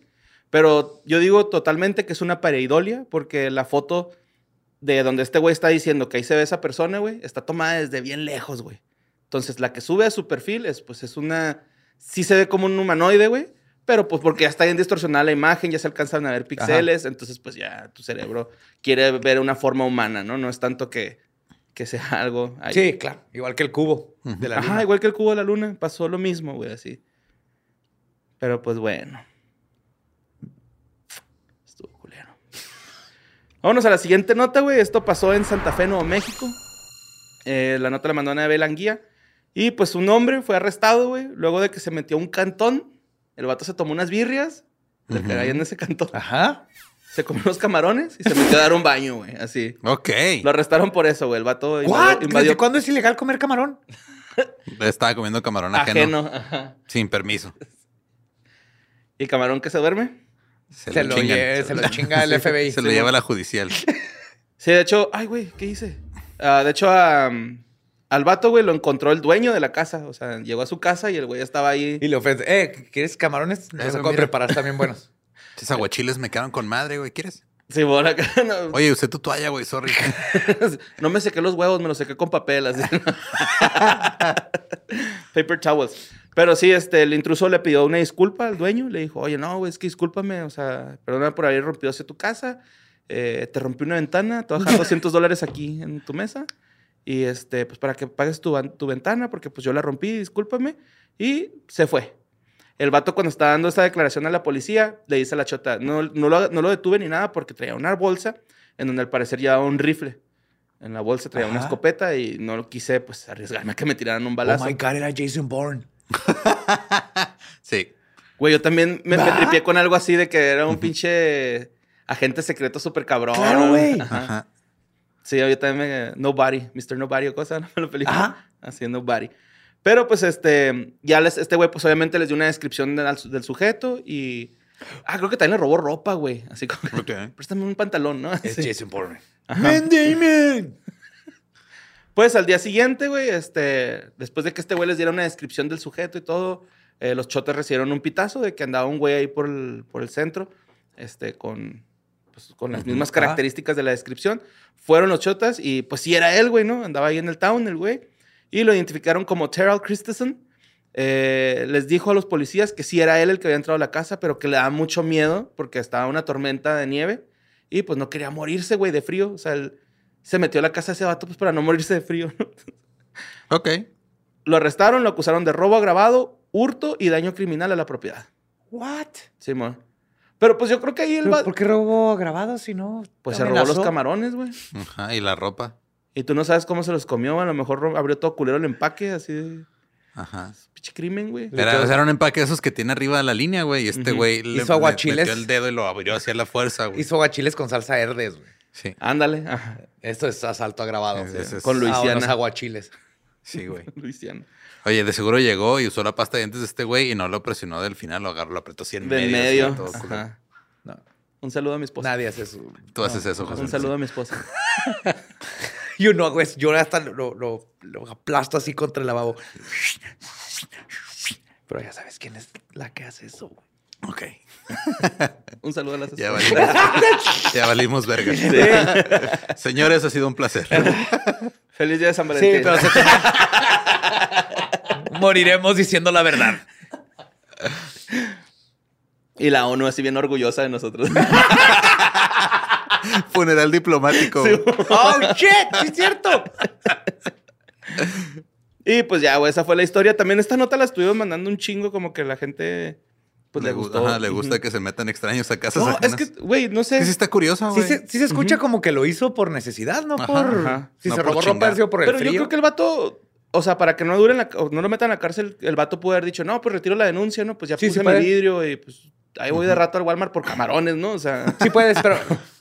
G: Pero yo digo totalmente que es una pareidolia, porque la foto de donde este güey está diciendo que ahí se ve esa persona, güey, está tomada desde bien lejos, güey. Entonces, la que sube a su perfil es, pues, es una... Sí se ve como un humanoide, güey, pero pues porque ya está bien distorsionada la imagen, ya se alcanzan a ver píxeles, entonces, pues, ya tu cerebro quiere ver una forma humana, ¿no? No es tanto que, que sea algo... ahí.
E: Sí, claro. Igual que el cubo de la
G: Ajá,
E: luna.
G: igual que el cubo de la luna, pasó lo mismo, güey, así. Pero pues bueno. Estuvo culero. Vámonos a la siguiente nota, güey. Esto pasó en Santa Fe, Nuevo México. Eh, la nota la mandó Ana Belanguía. Y pues un hombre fue arrestado, güey, luego de que se metió a un cantón. El vato se tomó unas birrias. Le que en ese cantón.
E: Ajá.
G: Se comió unos camarones y se metió a dar un baño, güey. Así.
F: Ok.
G: Lo arrestaron por eso, güey. El vato
E: ¿What?
G: invadió, invadió
E: ¿Desde cuándo es ilegal comer camarón?
F: Estaba comiendo camarón
E: Ah,
F: ajeno.
G: ajeno. Ajá.
F: Sin permiso.
G: ¿Y camarón que se duerme?
F: Se,
E: Se lo
F: chingan.
E: lle- se lo chinga el
F: Sí,
E: FBI.
F: Se lo
E: Sí,
F: lleva
E: güey.
F: la judicial.
G: Sí, de hecho, ay, güey, ¿qué hice? Ah, de hecho, a, um, al vato, güey, lo encontró el dueño de la casa. O sea, llegó a su casa y el güey estaba ahí.
E: Y le ofrece. Eh, ¿quieres camarones?
F: Eh,
E: Los acabo
F: mira.
E: de preparar también buenos.
F: Esos aguachiles me quedaron con madre, güey. ¿Quieres?
G: Sí, por acá. No,
F: Oye, usé tu toalla, güey. Sorry.
G: no me sequé los huevos, me los sequé con papel. Así. Paper towels. Pero sí, este, el intruso le pidió una disculpa al dueño. Le dijo, oye, no, güey, es que discúlpame. O sea, perdona por haber rompido hacia tu casa. Eh, te rompí una ventana. Te voy a dejar 200 dólares aquí en tu mesa. Y este, pues para que pagues tu, van- tu ventana, porque pues yo la rompí, discúlpame. Y se fue. El vato cuando está dando esta declaración a la policía, le dice a la chota, no, no, lo, no lo detuve ni nada porque traía una bolsa en donde al parecer llevaba un rifle. En la bolsa traía una
E: Ajá.
G: escopeta y no lo quise pues arriesgarme a que me tiraran un balazo.
E: Oh my God, era Jason Bourne.
F: Sí.
G: Güey, yo también me, me
E: ¿Va?
G: tripié con algo así de que era un pinche agente secreto súper cabrón.
E: Claro,
G: ¿no?
E: güey.
G: Ajá.
F: Ajá.
G: Sí, yo también me... Nobody, Mr. Nobody o cosa, ¿no? La película.
E: Ajá.
G: Así, Nobody. Pero pues este, ya les, este güey pues obviamente les dio una descripción del, al- del sujeto y... Ah, creo que también le robó ropa, güey. Así como... que,
F: Ok.
G: Préstame un pantalón, ¿no?
E: Es
G: Sí.
E: Jason Bourne.
G: Ajá.
E: Damon.
G: Pues al día siguiente, güey, este, después de que este güey les diera una descripción del sujeto y todo, eh, los chotes recibieron un pitazo de que andaba un güey ahí por el, por el centro, este, con, pues, con las mismas características de la descripción. Fueron los chotas y pues sí era él, güey, ¿no? Andaba ahí en el town, el güey. Y lo identificaron como Terrell Christensen. Eh, les dijo a los policías que sí era él el que había entrado a la casa, pero que le daba mucho miedo porque estaba una tormenta de nieve y pues no quería morirse, güey, de frío. O sea, él se metió a la casa de ese vato pues para no morirse de frío. ¿no?
F: Ok.
G: Lo arrestaron, lo acusaron de robo agravado, hurto y daño criminal a la propiedad.
E: What?
G: Simón. Pero pues yo creo que ahí él va...
E: ¿Por qué robó grabado si no?
G: Pues se robó los camarones, güey.
F: Ajá. Y la ropa.
G: Y tú no sabes cómo se los comió. A lo mejor ro- abrió todo culero el empaque, así de...
F: Ajá.
G: Pinche crimen, güey.
F: Era, o sea, era un empaque de esos que tiene arriba de la línea, güey. Y este
G: Ujú.
F: güey le-
E: Hizo aguachiles.
F: le metió el dedo y lo abrió hacia la fuerza, güey.
E: Hizo aguachiles con salsa verdes, güey.
F: Sí.
G: Ándale. ajá.
E: Esto es asalto agravado.
F: Es- es- es-
G: Con Luisiana.
E: Ah, unos aguachiles.
F: Sí, güey.
G: Luisiana.
F: Oye, de seguro llegó y usó la pasta de dientes de este güey y no lo presionó del final, lo agarró, lo apretó así en
G: De en
F: medio.
G: medio.
F: así, todo culero.
G: Ajá.
E: No.
G: Un saludo a mi esposa.
E: Nadie hace eso.
F: Tú haces eso, José.
G: Un saludo a mi esposa.
E: Yo no hago eso. Yo hasta lo, lo- lo aplasto así contra el lavabo. Pero ya sabes quién es la que hace eso. güey.
F: Ok.
G: Un saludo a las
F: Ya
G: esposas.
F: valimos, ya valimos verga. Señores, ha sido un placer.
G: Feliz día de San Valentín.
E: Moriremos diciendo la verdad.
G: Y la ONU así bien orgullosa de nosotros.
F: Funeral diplomático.
E: ¡Oh, shit! ¡Sí es cierto!
G: Y pues ya, güey, esa fue la historia. También esta nota la estuvimos mandando un chingo, como que la gente pues le,
F: gu-
G: gustó.
F: ajá, le gusta
G: Ujú.
F: que se metan extraños a casas
G: No, es
F: ajenas.
G: que, güey, no sé.
F: Que sí está curiosa,
E: Sí
F: Ah, güey.
E: se, sí se escucha como que lo hizo por necesidad, no
F: Ajá,
E: por...
G: ajá.
E: Si
F: No
E: se
F: por
E: robó ropa,
F: chingar.
E: ha sido por el
G: Pero
E: frío.
G: yo creo que el vato, o sea, para que no dure en la, ca- o no lo metan a la cárcel, el vato pudo haber dicho, no, pues retiro la denuncia, ¿no? Pues ya
E: Sí, sí
G: puse mi
E: puede.
G: vidrio y pues ahí voy de rato al Walmart por camarones, ¿no? O sea,
E: Sí puedes, pero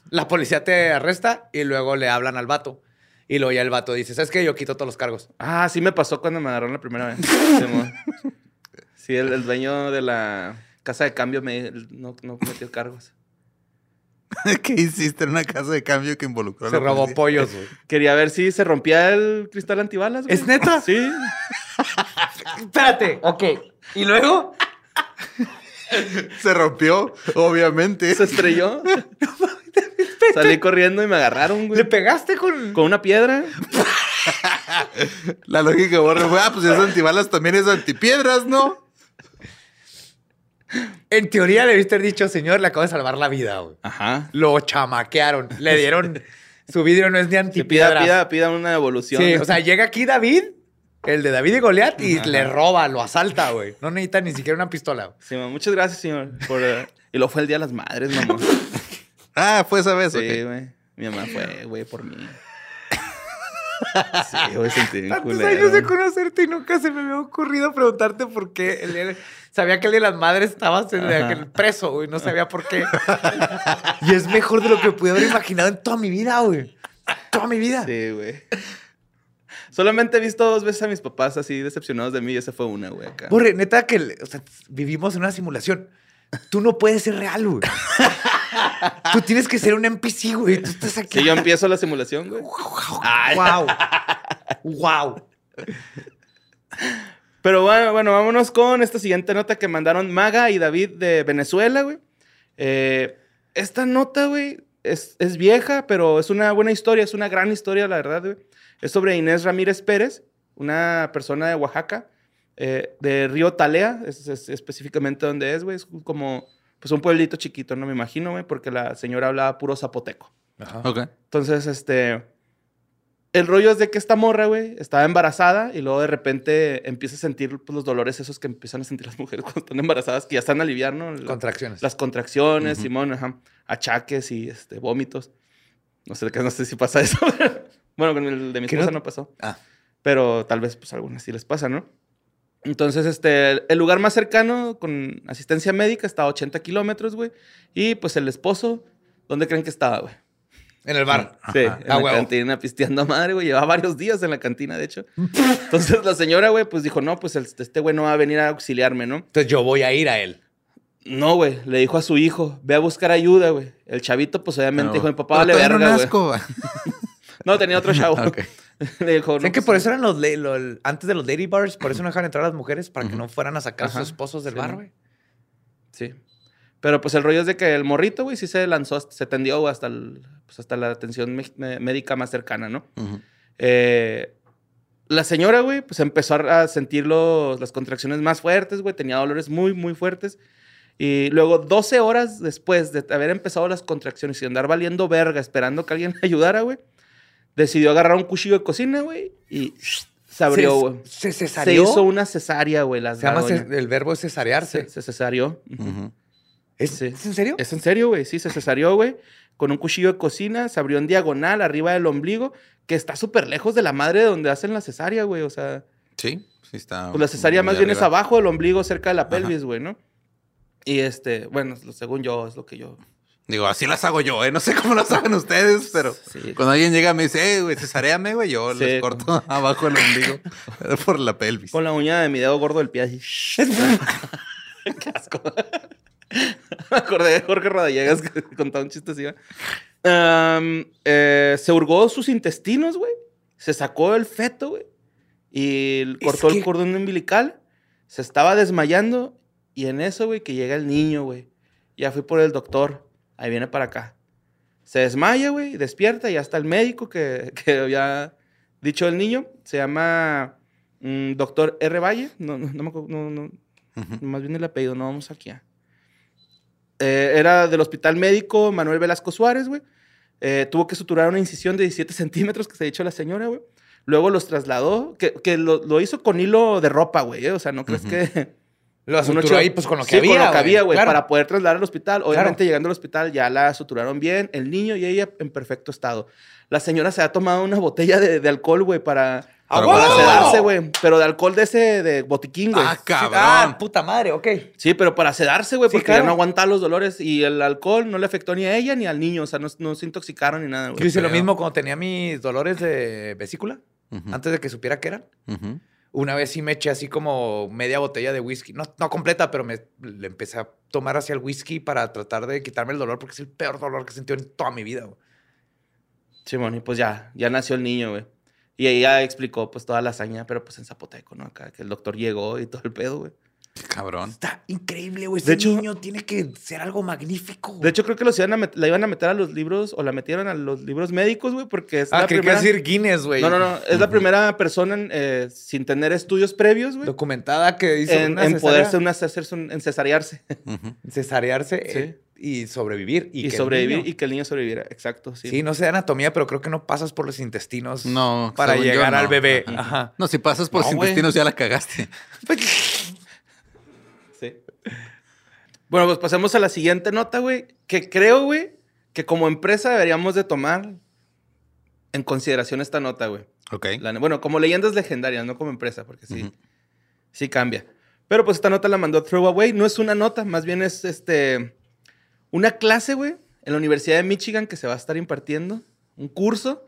E: la policía te arresta y luego le hablan al vato. Y luego ya el vato dice, ¿sabes qué? Yo quito todos los cargos.
G: Ah, sí me pasó cuando me agarraron la primera vez. Simón. Sí, el, el dueño de la casa de cambio me, no, no metió cargos.
F: ¿Qué hiciste en una casa de cambio que involucró a
E: Se
F: la
E: robó
F: policía?
E: pollos, güey.
G: Quería ver si se rompía el cristal antibalas. güey.
E: ¿Es neta?
G: Sí.
E: Espérate, ok. ¿Y luego?
F: Se rompió, obviamente.
G: Se estrelló. Salí corriendo y me agarraron, güey.
E: ¿Le pegaste con...?
G: Con una piedra.
F: La lógica borra fue, ah, pues si es antibalas, también es antipiedras, ¿no?
E: En teoría le viste dicho, señor, le acabo de salvar la vida, güey.
G: Ajá.
E: Lo chamaquearon. Le dieron... Su vidrio no es ni
G: Que pida,
E: antipiedra.
G: pida, pida una devolución.
E: Sí, o sea, llega aquí David, el de David y Goliat, y le roba, lo asalta, güey. No necesita ni siquiera una pistola. güey.
G: Sí, ma, muchas gracias, señor. por, eh, Y luego fue el Día de las Madres, mamá.
F: Ah, fue esa vez,
G: Sí, güey.
F: ok.
G: Mi mamá fue, güey, por mí. Sí, güey, sentí bien
E: Tantos
G: culero.
E: años de conocerte y nunca se me había ocurrido preguntarte por qué. el día de- sabía que el de las madres estabas en
G: Ajá.
E: aquel preso, güey. No sabía por qué. y es mejor de lo que pude haber imaginado en toda mi vida, güey. Toda mi vida.
G: Sí, güey. Solamente he visto dos veces a mis papás así decepcionados de mí y esa fue una, güey, acá.
E: Borre, neta que o sea, vivimos en una simulación. Tú no puedes ser real, güey. Tú tienes que ser un NPC, güey. Tú estás aquí.
G: Sí, yo empiezo la simulación, güey.
E: Wow. wow.
G: Pero bueno, bueno, vámonos con esta siguiente nota que mandaron Maga y David de Venezuela, güey. Eh, esta nota, güey, es, es vieja, pero es una buena historia, es una gran historia, la verdad, güey. Es sobre Inés Ramírez Pérez, una persona de Oaxaca, eh, de Río Talea, es, es específicamente donde es, güey. Es como, pues un pueblito chiquito, no me imagino, güey, porque la señora hablaba puro zapoteco.
F: Ok.
G: Entonces, este. El rollo es de que esta morra, güey, estaba embarazada y luego de repente empieza a sentir pues, los dolores esos que empiezan a sentir las mujeres cuando están embarazadas, que ya están aliviar, ¿no? La-
E: Contracciones.
G: Las contracciones, Simón, ajá, achaques y este, vómitos. No sé, no sé si pasa eso. bueno, con el de mi
E: Que
G: esposa
E: no-
G: no pasó.
F: Ah.
G: Pero tal vez, pues, algunas sí les pasa, ¿no? Entonces, este, el lugar más cercano con asistencia médica está a 80 kilómetros, güey. Y, pues, el esposo, ¿dónde creen que estaba, güey?
E: En el bar.
G: Sí, en la
E: Ah, huevo.
G: cantina pisteando a madre, güey. Llevaba varios días en la cantina, de hecho. Entonces la señora, güey, pues dijo, no, pues el- este güey no va a venir a auxiliarme, ¿no?
E: Entonces yo voy a ir a él.
G: No, güey. Le dijo a su hijo, ve a buscar ayuda, güey. El chavito, pues obviamente
F: No.
G: dijo, mi papá
F: Pero
G: vale
F: todavía
G: verga,
F: no
G: güey.
F: nazco.
G: No, tenía otro chavo.
F: Ok.
G: Le dijo, no.
E: ¿Saben que
G: pues,
E: por eso eran los, la- lo- el- antes de los lady bars, por eso no dejaban entrar a las mujeres para que no fueran a sacar a
G: Ajá.
E: sus esposos del
G: Sí,
E: bar,
G: ¿no?
E: güey?
G: Sí. Pero pues el rollo es de que el morrito, güey, sí se lanzó, hasta- se tendió güey, hasta, el- pues, hasta la atención mé- mé- médica más cercana, ¿no?
F: Ujú.
G: Eh, la señora, güey, pues empezó a a sentir los- las contracciones más fuertes, güey. Tenía dolores muy, muy fuertes. Y luego, 12 horas después de haber empezado las contracciones y andar valiendo verga, esperando que alguien le ayudara, güey, decidió agarrar un cuchillo de cocina, güey, y se abrió,
E: Se-
G: güey.
E: Se,
G: Se
E: cesareó.
G: hizo una cesárea, güey. las
E: Se llama
G: Garoña.
E: ces- el verbo es cesarearse.
G: Se, se cesareó.
F: Ujú.
E: ¿Es,
G: sí.
E: ¿es en serio?
G: Es en serio, güey. Sí, se cesareó, güey. Con un cuchillo de cocina, se abrió en diagonal, arriba del ombligo, que está súper lejos de la madre de donde hacen la cesárea, güey. O sea,
F: Sí, sí está.
G: pues la cesárea
F: muy
G: más bien es
F: arriba.
G: abajo del ombligo, cerca de la
F: Ajá.
G: pelvis, güey, ¿no? Y este, bueno, es lo- según yo, es lo que yo.
F: Digo, así las hago yo, ¿eh? No sé cómo las hagan ustedes, pero
G: Sí.
F: cuando alguien llega me dice, eh, güey, cesareame, güey, yo
G: Sí.
F: les corto abajo el ombligo por la pelvis.
G: Con la uña de mi dedo gordo del pie así. Qué asco. Me acordé de Jorge Rodallegas que contaba un chiste así. ¿va? Am, eh, se hurgó sus intestinos, güey. Se sacó el feto, güey. Y l-
E: Es
G: cortó
E: que-
G: el cordón umbilical. Se estaba desmayando. Y en eso, güey, que llega el niño, güey. Ya fui por el doctor. Ahí viene para acá. Se desmaya, güey. Despierta y ya está el médico que, que había dicho el niño. Se llama mm, doctor R. Valle. No, no, no me acu- no, no,
F: Ujú.
G: más bien el apellido, no vamos aquí. ah. Eh, era del Hospital Médico Manuel Velasco Suárez, güey. Eh, tuvo que suturar una incisión de 17 centímetros que se ha dicho la señora, güey. Luego los trasladó, que, que lo, lo hizo con hilo de ropa, güey. eh, O sea, no crees que
E: Lo
G: Uno
E: suturó
G: chido.
E: ahí, pues con lo que
G: Sí,
E: había.
G: Con lo que había, güey,
E: claro.
G: para poder trasladar al hospital. Obviamente,
E: Claro.
G: llegando al hospital, ya la suturaron bien, el niño y ella en perfecto estado. La señora se ha tomado una botella de, de alcohol, güey, para,
E: ¡Ah,
G: para
E: huevo!
G: sedarse, güey. Pero de alcohol de ese, de botiquín, güey.
F: Ah,
E: Ah,
F: cabrón.
E: puta madre, ok.
G: Sí, pero para sedarse, güey,
E: Sí,
G: porque
E: claro.
G: ya no aguantaba los dolores y el alcohol no le afectó ni a ella ni al niño, o sea, no, no se intoxicaron ni nada,
E: Yo
G: güey.
E: hice lo
F: pedo.
E: mismo cuando tenía mis dolores de vesícula,
F: Ujú,
E: antes de que supiera qué eran.
F: ujú.
E: Una vez sí me eché así como media botella de whisky. No, no completa, pero me le empecé a tomar hacia el whisky para tratar de quitarme el dolor, porque es el peor dolor que he sentido en toda mi vida. güey.
G: Simón, y pues ya, ya nació el niño, güey. Y ella explicó, pues, toda la hazaña, pero pues en zapoteco, ¿no? Acá, que el doctor llegó y todo el pedo, güey.
F: Cabrón.
E: Está increíble, güey.
G: De
E: Ese
G: hecho-
E: niño tiene que ser algo magnífico.
G: De hecho, creo que los iban a met- la iban a meter a los libros o la metieron a los libros médicos, güey, porque es
E: ah,
G: la
E: creí que
G: primera...
E: ibas a decir Guinness, güey.
G: No, no, no. Es la primera persona en, eh, sin tener estudios previos, güey,
E: Documentada que hizo
G: en,
E: una
G: en
E: cesárea-
G: poderse una, hacerse un- en cesarearse
F: Ujú.
E: cesarearse
G: Sí.
E: eh, y sobrevivir. Y,
G: y,
E: que el
G: sobrevivir
E: niño-
G: y que el niño sobreviviera. Exacto, sí.
E: sí. no sé de anatomía, pero creo que no pasas por los intestinos
F: No,
E: para
F: según yo,
E: llegar al
F: no.
E: bebé.
F: Ajá.
E: Ajá.
F: No, si pasas por
E: No,
F: los
E: güey.
F: intestinos ya la cagaste.
G: Sí. Bueno, pues pasemos a la siguiente nota, güey, que creo, güey, que como empresa deberíamos de tomar en consideración esta nota, güey.
F: Ok.
G: La ne- bueno, como leyendas legendarias, no como empresa, porque sí,
F: Ujú.
G: sí cambia. Pero pues esta nota la mandó Throwaway. No es una nota, más bien es este, una clase, güey, en la Universidad de Michigan que se va a estar impartiendo. Un curso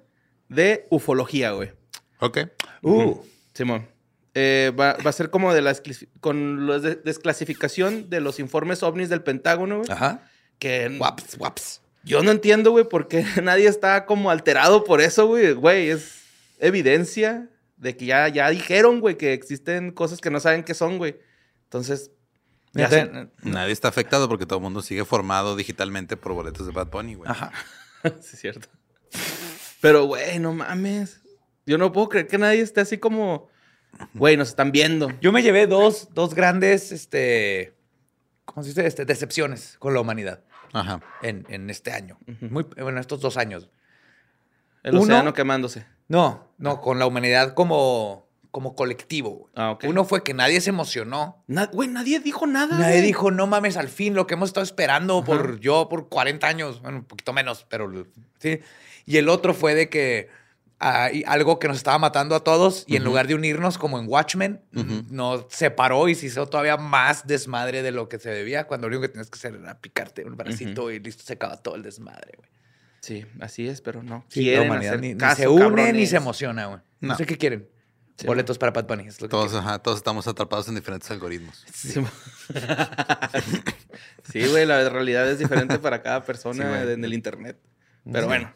G: de ufología, güey.
F: Ok.
E: Uh,
G: Simón. Eh, va, va a ser como de la esclis- con la des- desclasificación de los informes ovnis del Pentágono, güey.
E: Ajá.
G: Que n-
E: Ah. Guaps, guaps.
G: yo no entiendo, güey, por qué nadie está como alterado por eso, güey. Güey, es evidencia de que ya, ya dijeron, güey, que existen cosas que no saben qué son, güey. Entonces, ya
E: Fíjate,
G: se-
F: Nadie está afectado porque todo el mundo sigue formado digitalmente por boletos de Bad Bunny, güey.
E: Ajá.
G: Sí, es cierto. Pero, güey, no mames. Yo no puedo creer que nadie esté así como, güey, nos están viendo.
E: Yo me llevé dos, dos grandes, este, ¿cómo se dice? Este, decepciones con la humanidad
F: Ajá.
E: en, en este año.
G: Ujú.
E: Muy, bueno, estos dos años.
G: El
E: Uno-
G: océano quemándose.
E: No, no, con la humanidad como, como colectivo. güey.
G: Ah, ok.
E: Uno fue que nadie se emocionó.
G: Na- Güey, nadie dijo nada.
E: Nadie
G: güey.
E: dijo, no mames, al fin lo que hemos estado esperando por yo por 40 años, bueno, un poquito menos, pero lo- sí. Y el otro fue de que hay algo que nos estaba matando a todos y en lugar de unirnos como en Watchmen,
F: Ujú.
E: nos separó y se hizo todavía más desmadre de lo que se debía cuando lo único que tenías que hacer era picarte un bracito y listo, se acaba todo el desmadre, güey.
G: Sí, así es, pero no.
E: Sí, la
G: quieren
E: humanidad
G: hacer
E: ni, ni
G: caso,
E: se une ni
G: cabrones.
E: se emociona, güey. No.
F: No.
E: sé qué quieren.
G: Sí,
E: Boletos para Pat Bunny. es lo que
F: Todos, ajá, todos estamos atrapados en diferentes algoritmos.
G: Sí, Sí, güey, la realidad es diferente para cada persona
F: Sí, güey.
G: en el internet. Pero bueno.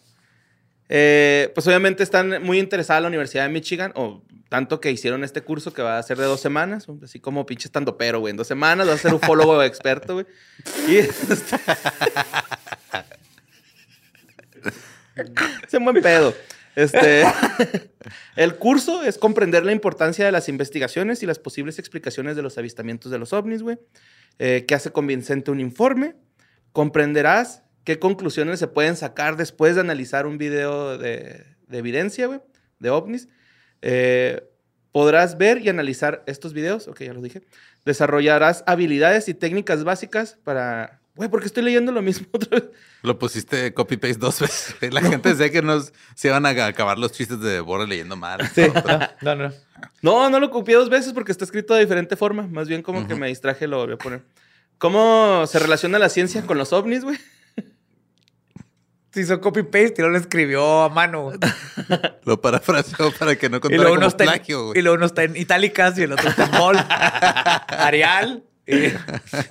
G: Eh, pues obviamente están muy interesadas la Universidad de Michigan, o tanto que hicieron este curso que va a ser de dos semanas, así como pinche estando pero, güey, en dos semanas va a ser ufólogo experto, güey. Y este, es un buen pedo. Este, el curso es comprender la importancia de las investigaciones y las posibles explicaciones de los avistamientos de los ovnis, güey. Eh, ¿Qué hace convincente un informe? Comprenderás qué conclusiones se pueden sacar después de analizar un video de, de evidencia, güey, de ovnis. Eh, podrás ver y analizar estos videos, ok, ya lo dije. Desarrollarás habilidades y técnicas básicas para... Güey, ¿por qué estoy leyendo lo mismo otra vez?
F: Lo pusiste copy-paste dos veces. güey. La gente decía que nos se iban a acabar los chistes de Borre leyendo mal.
E: quieren. No, no. no.
G: No, no lo copié dos veces porque está escrito de diferente forma. Más bien como que me distraje y lo volví a poner. ¿Cómo se relaciona la ciencia con los ovnis, güey?
E: Se hizo copy-paste y luego lo escribió a mano.
F: Lo parafraseó para que no
E: Y
F: contara
E: luego, uno
F: como
E: está
F: plagio,
E: en, y
F: güey.
E: luego uno está en itálicas y el otro está en bold. Arial. y
F: Y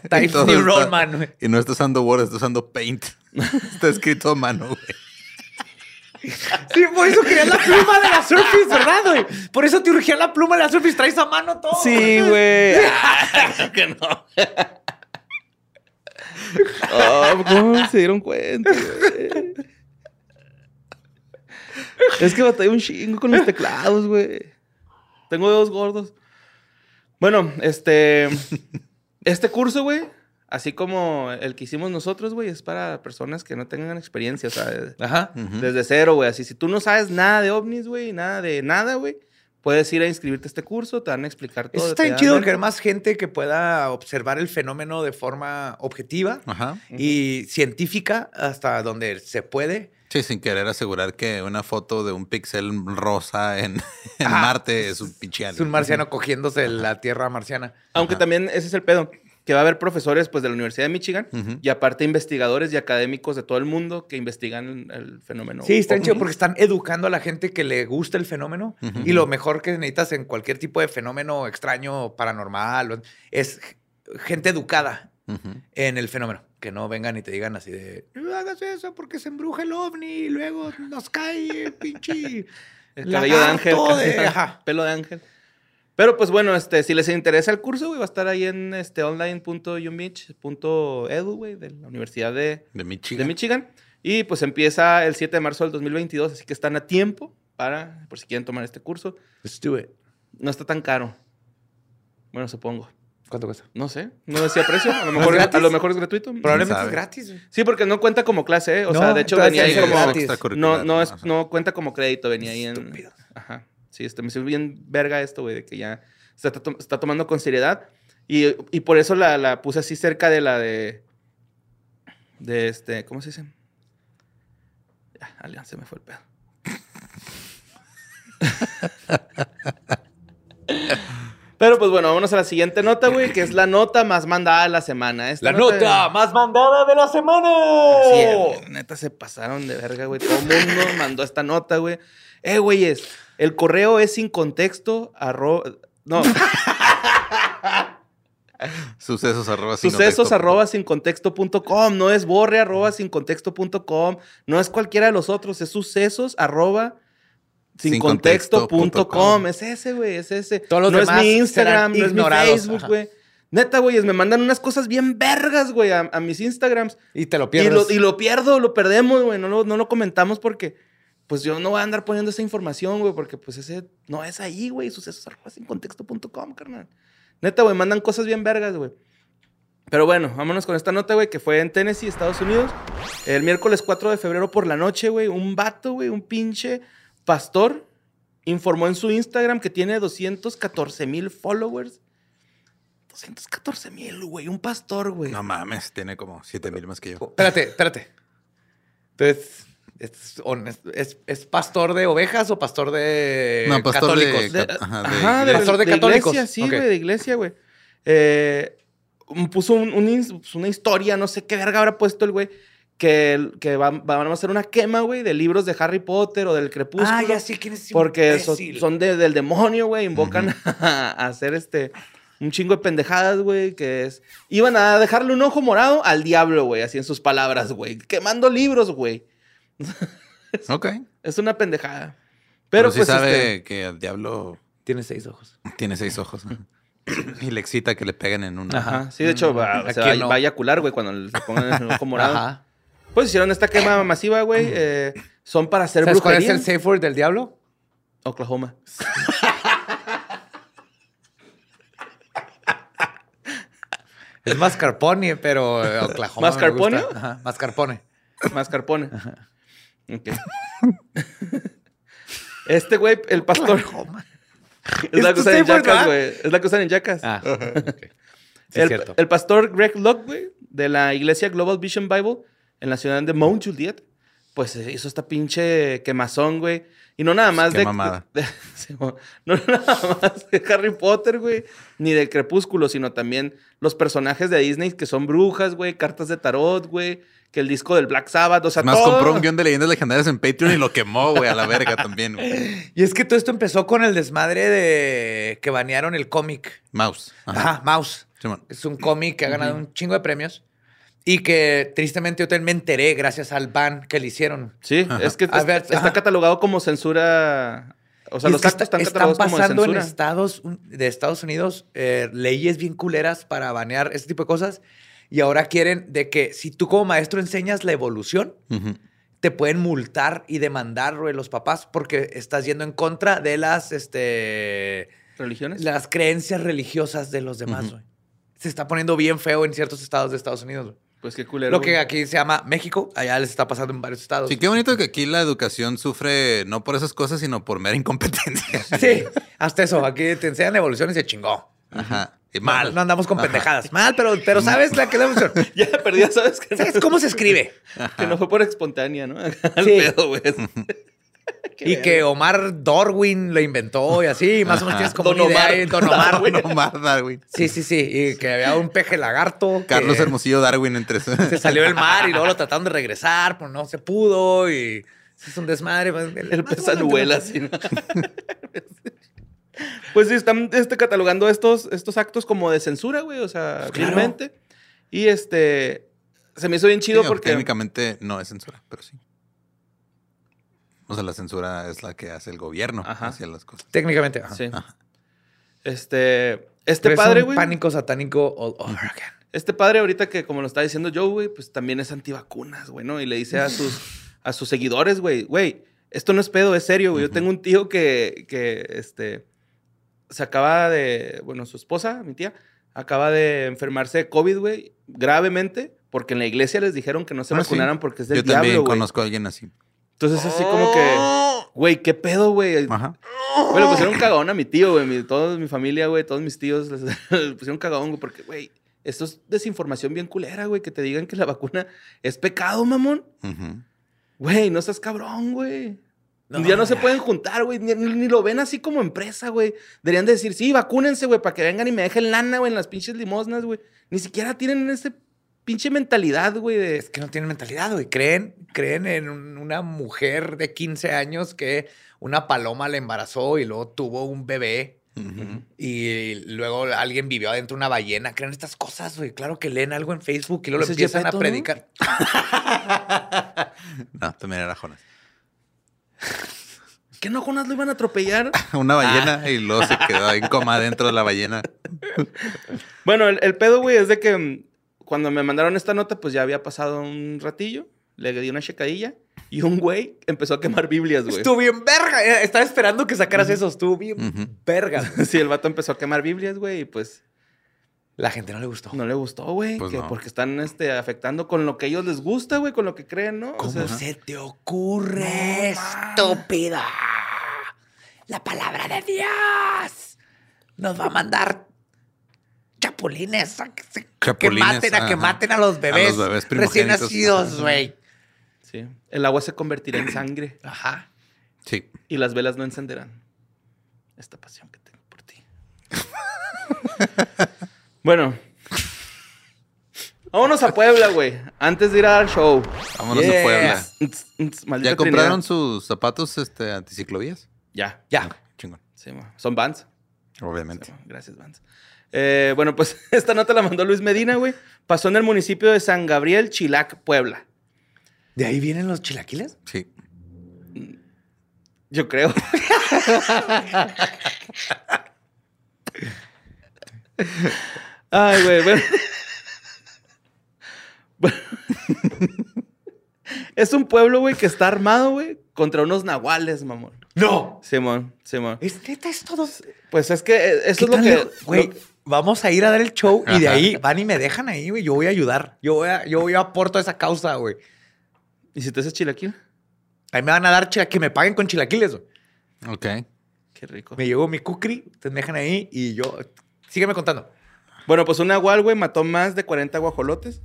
E: Times
F: todo
E: New
F: está-
E: Roman. güey.
F: Y no está usando Word, está usando Paint. Está escrito a mano, güey.
E: Sí, por eso querías la pluma de la Surface, ¿verdad, güey? Por eso te urgía la pluma de la Surface. Traes a mano todo.
G: Sí, güey. que no. Oh, ¿Cómo se dieron cuenta? güey? es que batallé un chingo con los teclados, güey. Tengo dedos gordos. Bueno, este. Este curso, güey, así como el que hicimos nosotros, güey, es para personas que no tengan experiencia, o sea,
E: Ajá.
F: Ujú.
G: desde cero, güey. Así, si tú no sabes nada de ovnis, güey, nada de nada, güey, Puedes ir a inscribirte a este curso, te van a explicar todo.
E: Eso
G: te
E: está bien
G: dan
E: chido
G: el-
E: porque hay más gente que pueda observar el fenómeno de forma objetiva
F: Ajá.
E: y científica hasta donde se puede.
F: Sí, sin querer asegurar que una foto de un pixel rosa en, en
G: Ah,
E: Ajá.
F: Marte es un pichiano.
E: Es un marciano cogiéndose la tierra marciana.
G: Aunque también ese es el pedo, que va a haber profesores pues de la Universidad de Michigan
F: Ujú.
G: y aparte investigadores y académicos de todo el mundo que investigan el fenómeno.
E: Sí, está bien chido
G: ovni.
E: porque están educando a la gente que le gusta el fenómeno y lo mejor que necesitas en cualquier tipo de fenómeno extraño, paranormal, o- es g- gente educada
F: Ujú.
E: en el fenómeno. Que no vengan y te digan así de, no hagas eso porque se embruja el ovni y luego nos cae pinche
G: El cabello de ángel.
E: lagarto
G: casi,
E: de- ajá.
G: Pelo de ángel. Pero pues bueno, este, si les interesa el curso, güey, va a estar ahí en este online.umich.edu, güey, de la Universidad de,
F: De Michigan.
G: de Michigan. Y pues empieza el 7 de marzo del 2022, así que están a tiempo para, por si quieren tomar este curso.
E: Let's do it.
G: No está tan caro. Bueno, supongo.
E: ¿Cuánto cuesta?
G: No sé, no decía precio. A lo mejor, a
E: gratis?
G: lo mejor es gratuito.
E: Probablemente
F: sabe?
E: es gratis. güey.
G: Sí, porque no cuenta como clase, ¿eh? O sea,
E: No,
G: de hecho
E: entonces
G: venía ahí
E: es
G: como...
E: gratis.
G: No,
F: extracurricular,
G: no, es,
F: Ajá.
G: no cuenta como crédito, venía ahí en...
E: Estúpido.
G: Ajá. Sí, este, me sirve bien verga esto, güey, de que ya se está, to- está tomando con seriedad. Y, y por eso la, la puse así cerca de la de... De este, ¿cómo se dice? Ya, alianza, se me fue el pedo. Pero pues bueno, vámonos a la siguiente nota, güey, que es la nota más mandada de la semana. Esta
E: La nota más mandada de la semana.
G: Sí, güey, neta se pasaron de verga, güey. Todo el mundo mandó esta nota, güey. Eh, güeyes, el correo es sin contexto, arro... No,
F: Sucesos arroba sin
G: sucesos
F: contexto.
G: arroba sin contexto punto com. No es borre arroba sin contexto punto com. No es cualquiera de los otros, es sucesos arroba sin
F: Sin
G: contexto
F: contexto
G: punto
F: punto
G: com.
F: com.
G: Es ese, güey, es ese.
E: Todos los
G: no es
E: demás
G: mi
E: serán
G: Instagram, no es mi
E: ignorados,
G: Facebook,
E: ajá.
G: güey. Neta, güeyes, me mandan unas cosas bien vergas, güey, a- a mis Instagrams.
E: Y te lo
G: Y
E: pierdes.
G: lo, y lo pierdo, lo perdemos, güey. No lo, no lo comentamos porque, pues yo no voy a andar poniendo esa información, güey, porque pues ese no es ahí, güey. Sucesos arroba sin contexto.com, carnal. Neta, güey, mandan cosas bien vergas, güey. Pero bueno, vámonos con esta nota, güey, que fue en Tennessee, Estados Unidos. El miércoles 4 de febrero por la noche, güey, un vato, güey, un pinche pastor informó en su Instagram que tiene 214 mil followers. 214 mil, güey, un pastor, güey.
F: No mames, tiene como 7000 más que yo.
E: Espérate, espérate. Entonces, es, honest- es- es pastor de ovejas o pastor de
F: No, pastor de-
E: católicos?
F: de- ajá, de
G: Ajá, de,
E: iglesia. Pastor de
G: de
E: católicos.
G: iglesia, sí,
E: Ok.
G: güey, de iglesia, güey. Eh, un- puso un- un ins- pues, una historia, no sé qué verga habrá puesto el güey, que, el- que va- van a hacer una quema, güey, de libros de Harry Potter o del Crepúsculo.
E: Ah, ya sé quién es ese
G: Porque so-
E: imbécil.
G: son de- del demonio, güey. Invocan a, a hacer este. Un chingo de pendejadas, güey, que es... Iban a dejarle un ojo morado al diablo, güey, así en sus palabras, güey. Quemando libros, güey.
F: Ok.
G: Es una pendejada. Pero,
F: Pero, sí
G: pues...
F: sabe
G: este,
F: que el diablo
E: Tiene seis ojos.
F: tiene seis ojos. ¿no? y le excita que le peguen en una.
E: Ajá.
G: ajá, sí, de hecho, va,
E: ¿A
G: se
E: quién
G: va,
E: no?
G: va a eyacular, güey, cuando le pongan el ojo morado.
E: Ajá.
G: Pues hicieron esta quema masiva, güey. eh, son para hacer
E: ¿Sabes cuál
G: brujería.
E: es el safe word del diablo?
G: Oklahoma.
E: Es mascarpone, pero eh, Oklahoma. me
G: ¿Mascarpone?
E: gusta. Ajá, mascarpone.
G: Mascarpone. Ok. este güey, el pastor. Es la
E: ¿Es
G: que
E: tu
G: usan en
E: safe word,
G: Jackass,
E: Este verdad?
G: güey. Es la que usan en Jackass.
E: Ah, ok. Sí, es
G: el,
E: cierto.
G: el pastor Greg Locke, güey, de la iglesia Global Vision Bible en la ciudad de Mount Juliet, pues eh, hizo esta pinche quemazón, güey. Y no nada más
F: Pues qué
G: de,
F: mamada.
G: de- sí, mo- No nada más de Harry Potter, güey, ni del Crepúsculo, sino también los personajes de Disney que son brujas, güey, cartas de tarot, güey, que el disco del Black Sabbath, o sea,
F: Es más,
G: todo-
F: compró un guión de leyendas legendarias en Patreon y lo quemó, güey, a la verga también. güey.
E: Y es que todo esto empezó con el desmadre de que banearon el cómic.
F: Mouse.
E: Ajá, Mouse.
F: Simón.
E: Es un cómic que ha ganado un chingo de premios y que tristemente yo también me enteré gracias al ban que le hicieron.
G: Sí,
F: Ajá.
G: es que
E: A
G: es-
E: ver,
G: está
E: ajá.
G: catalogado como censura. O sea,
E: Y
G: los
E: es que
G: actos
E: está-
G: están catalogados como de
E: pasando en
G: censura.
E: Estados Un- de Estados Unidos eh, leyes bien culeras para banear este tipo de cosas y ahora quieren de que si tú como maestro enseñas la evolución
F: Ujú.
E: te pueden multar y demandar güey, los papás porque estás yendo en contra de las este
G: ¿Religiones?
E: las creencias religiosas de los demás.
F: Ujú.
E: güey. Se está poniendo bien feo en ciertos estados de Estados Unidos. güey.
G: Pues qué culero.
E: Lo que
G: güey.
E: aquí se llama México, allá les está pasando en varios estados.
F: Sí, qué bonito que aquí la educación sufre no por esas cosas, sino por mera incompetencia.
E: Sí, hasta eso. Aquí te enseñan evolución y se chingó.
F: Ajá. Y
E: Mal.
F: mal.
E: No, andamos con pendejadas. Mal, pero, pero sabes la que es la evolución.
G: Ya, pero ya sabes que no,
E: ¿Sabes cómo se escribe?
G: que no fue por espontánea, ¿no? Al
E: Sí.
G: pedo, güey. Qué
E: Y que
G: verga.
E: Omar Darwin lo inventó y así, más o menos tienes como
G: Don
E: una idea
G: Omar.
E: ahí, Don Omar. Este,
F: No más, Darwin.
E: Sí, sí, sí. Y que había un peje lagarto. que
F: Carlos Hermosillo Darwin entre
E: Se salió del mar y luego lo trataron de regresar, pero no se pudo y se hizo un desmadre. pues,
G: El pesanuela, así, ¿no? Pues sí, están este, catalogando estos, estos actos como de censura, güey, o sea,
E: Pues claro.
G: realmente. Y este, se me hizo bien chido
F: Sí,
G: porque...
F: Técnicamente no es censura, pero sí. O sea, la censura es la que hace el gobierno
G: Ajá.
F: hacia las cosas.
E: Técnicamente. ajá.
G: Sí.
F: Ajá.
G: Este, este
E: Pero es
G: padre,
E: un
G: güey.
E: Pánico satánico all over again.
G: Este padre ahorita que, como lo está diciendo Joe, güey, pues también es antivacunas, güey, ¿no? Y le dice a sus, a sus seguidores, güey, güey, esto no es pedo, es serio, güey. Yo
F: Ujú.
G: tengo un tío que, que, este, se acaba de, bueno, su esposa, mi tía, acaba de enfermarse de COVID, güey, gravemente, porque en la iglesia les dijeron que no se
F: Ah, sí.
G: vacunaran porque es del
F: Yo
G: diablo,
F: también
G: güey.
F: conozco a alguien así.
G: Entonces, así como que, güey, ¿qué pedo, güey?
F: Ajá.
G: Güey, le pusieron pues cagón a mi tío, güey. Mi, toda mi familia, güey, todos mis tíos les, le pusieron cagón, güey, porque, güey, esto es desinformación bien culera, güey, que te digan que la vacuna es pecado, mamón.
F: Ujú.
G: Güey, no seas cabrón, güey. ya no se pueden juntar, güey, ni, ni- ni lo ven así como empresa, güey. Deberían de decir, sí, vacúnense, güey, para que vengan y me dejen lana, güey, en las pinches limosnas, güey. Ni siquiera tienen ese pinche mentalidad, güey,
E: Es
G: de...
E: que no tienen mentalidad, güey. Creen, creen en un- una mujer de 15 años que una paloma la embarazó y luego tuvo un bebé
F: Ujú.
E: y luego alguien vivió adentro una ballena. Creen estas cosas, güey. Claro que leen algo en Facebook y luego lo
G: Ese es
E: empiezan
G: Gepetto,
E: a
G: ¿no?
E: predicar.
F: No, también era Jonas.
G: ¿Qué no, Jonas, lo iban a atropellar?
F: Una ballena
E: Ah.
F: y luego se quedó en coma dentro de la ballena.
G: Bueno, el, el pedo, güey, es de que mm, cuando me mandaron esta nota, pues ya había pasado un ratillo. Le di una checadilla y un güey empezó a quemar Biblias, güey.
E: Pues Estuvo bien verga. Eh, Estaba esperando que sacaras eso. Estuvo bien
F: Ujú.
E: verga. güey.
G: Sí, el vato empezó a quemar Biblias, güey, y pues
E: La gente no le gustó.
G: no le gustó, güey.
F: Pues
G: que-
F: no.
G: Porque están este, afectando con lo que a ellos les gusta, güey, con lo que creen, ¿no? O
E: ¿Cómo
G: sea,
E: se te ocurre, estúpida? La palabra de Dios nos va a mandar chapulines a que, se- que
F: Chapulines,
E: maten, a que
F: ajá.
E: maten a los bebés,
F: A los bebés
E: recién
F: primogénitos.
E: nacidos,
F: Ajá.
E: güey.
G: Sí. El agua se convertirá en sangre
E: Ajá.
F: Sí.
G: y las velas no encenderán. Esta pasión que tengo por ti. bueno. Vámonos a Puebla, güey. Antes de ir a dar show.
F: Vámonos
E: Yeah.
F: a Puebla.
G: Ntz, ntz, maldita
F: ¿Ya compraron
G: Trinidad.
F: sus zapatos este, anticiclovías?
G: Ya.
E: Ya.
F: Chingón.
G: Sí, ma. son Vans.
F: Obviamente.
G: Sí, ma. Gracias, Vans. Eh, bueno, pues esta nota la mandó Luis Medina, güey. Pasó en el municipio de San Gabriel, Chilac, Puebla.
E: ¿De ahí vienen los chilaquiles?
F: Sí.
G: Yo creo. Ay, güey. Bueno. Bueno. es un pueblo, güey, que está armado, güey, contra unos nahuales, mamón.
E: ¡No!
G: Simón, Simón.
E: ¿Es neta es todo?
G: Pues es que eh, eso
E: ¿Qué
G: es lo
E: tan
G: que.
E: lejos? Güey,
G: lo-
E: vamos a ir a dar el show y de
F: Ajá.
E: ahí van y me dejan ahí, güey. Yo voy a ayudar. Yo voy a, yo, voy a aporto a esa causa, güey.
G: ¿Y si te haces chilaquil?
E: Ahí me van a dar chila- que me paguen con chilaquiles, güey.
F: Ok.
G: Qué rico.
E: Me llegó mi cucri, te dejan ahí y yo. Sígueme contando.
G: Bueno, pues un nahual, güey, mató más de 40 guajolotes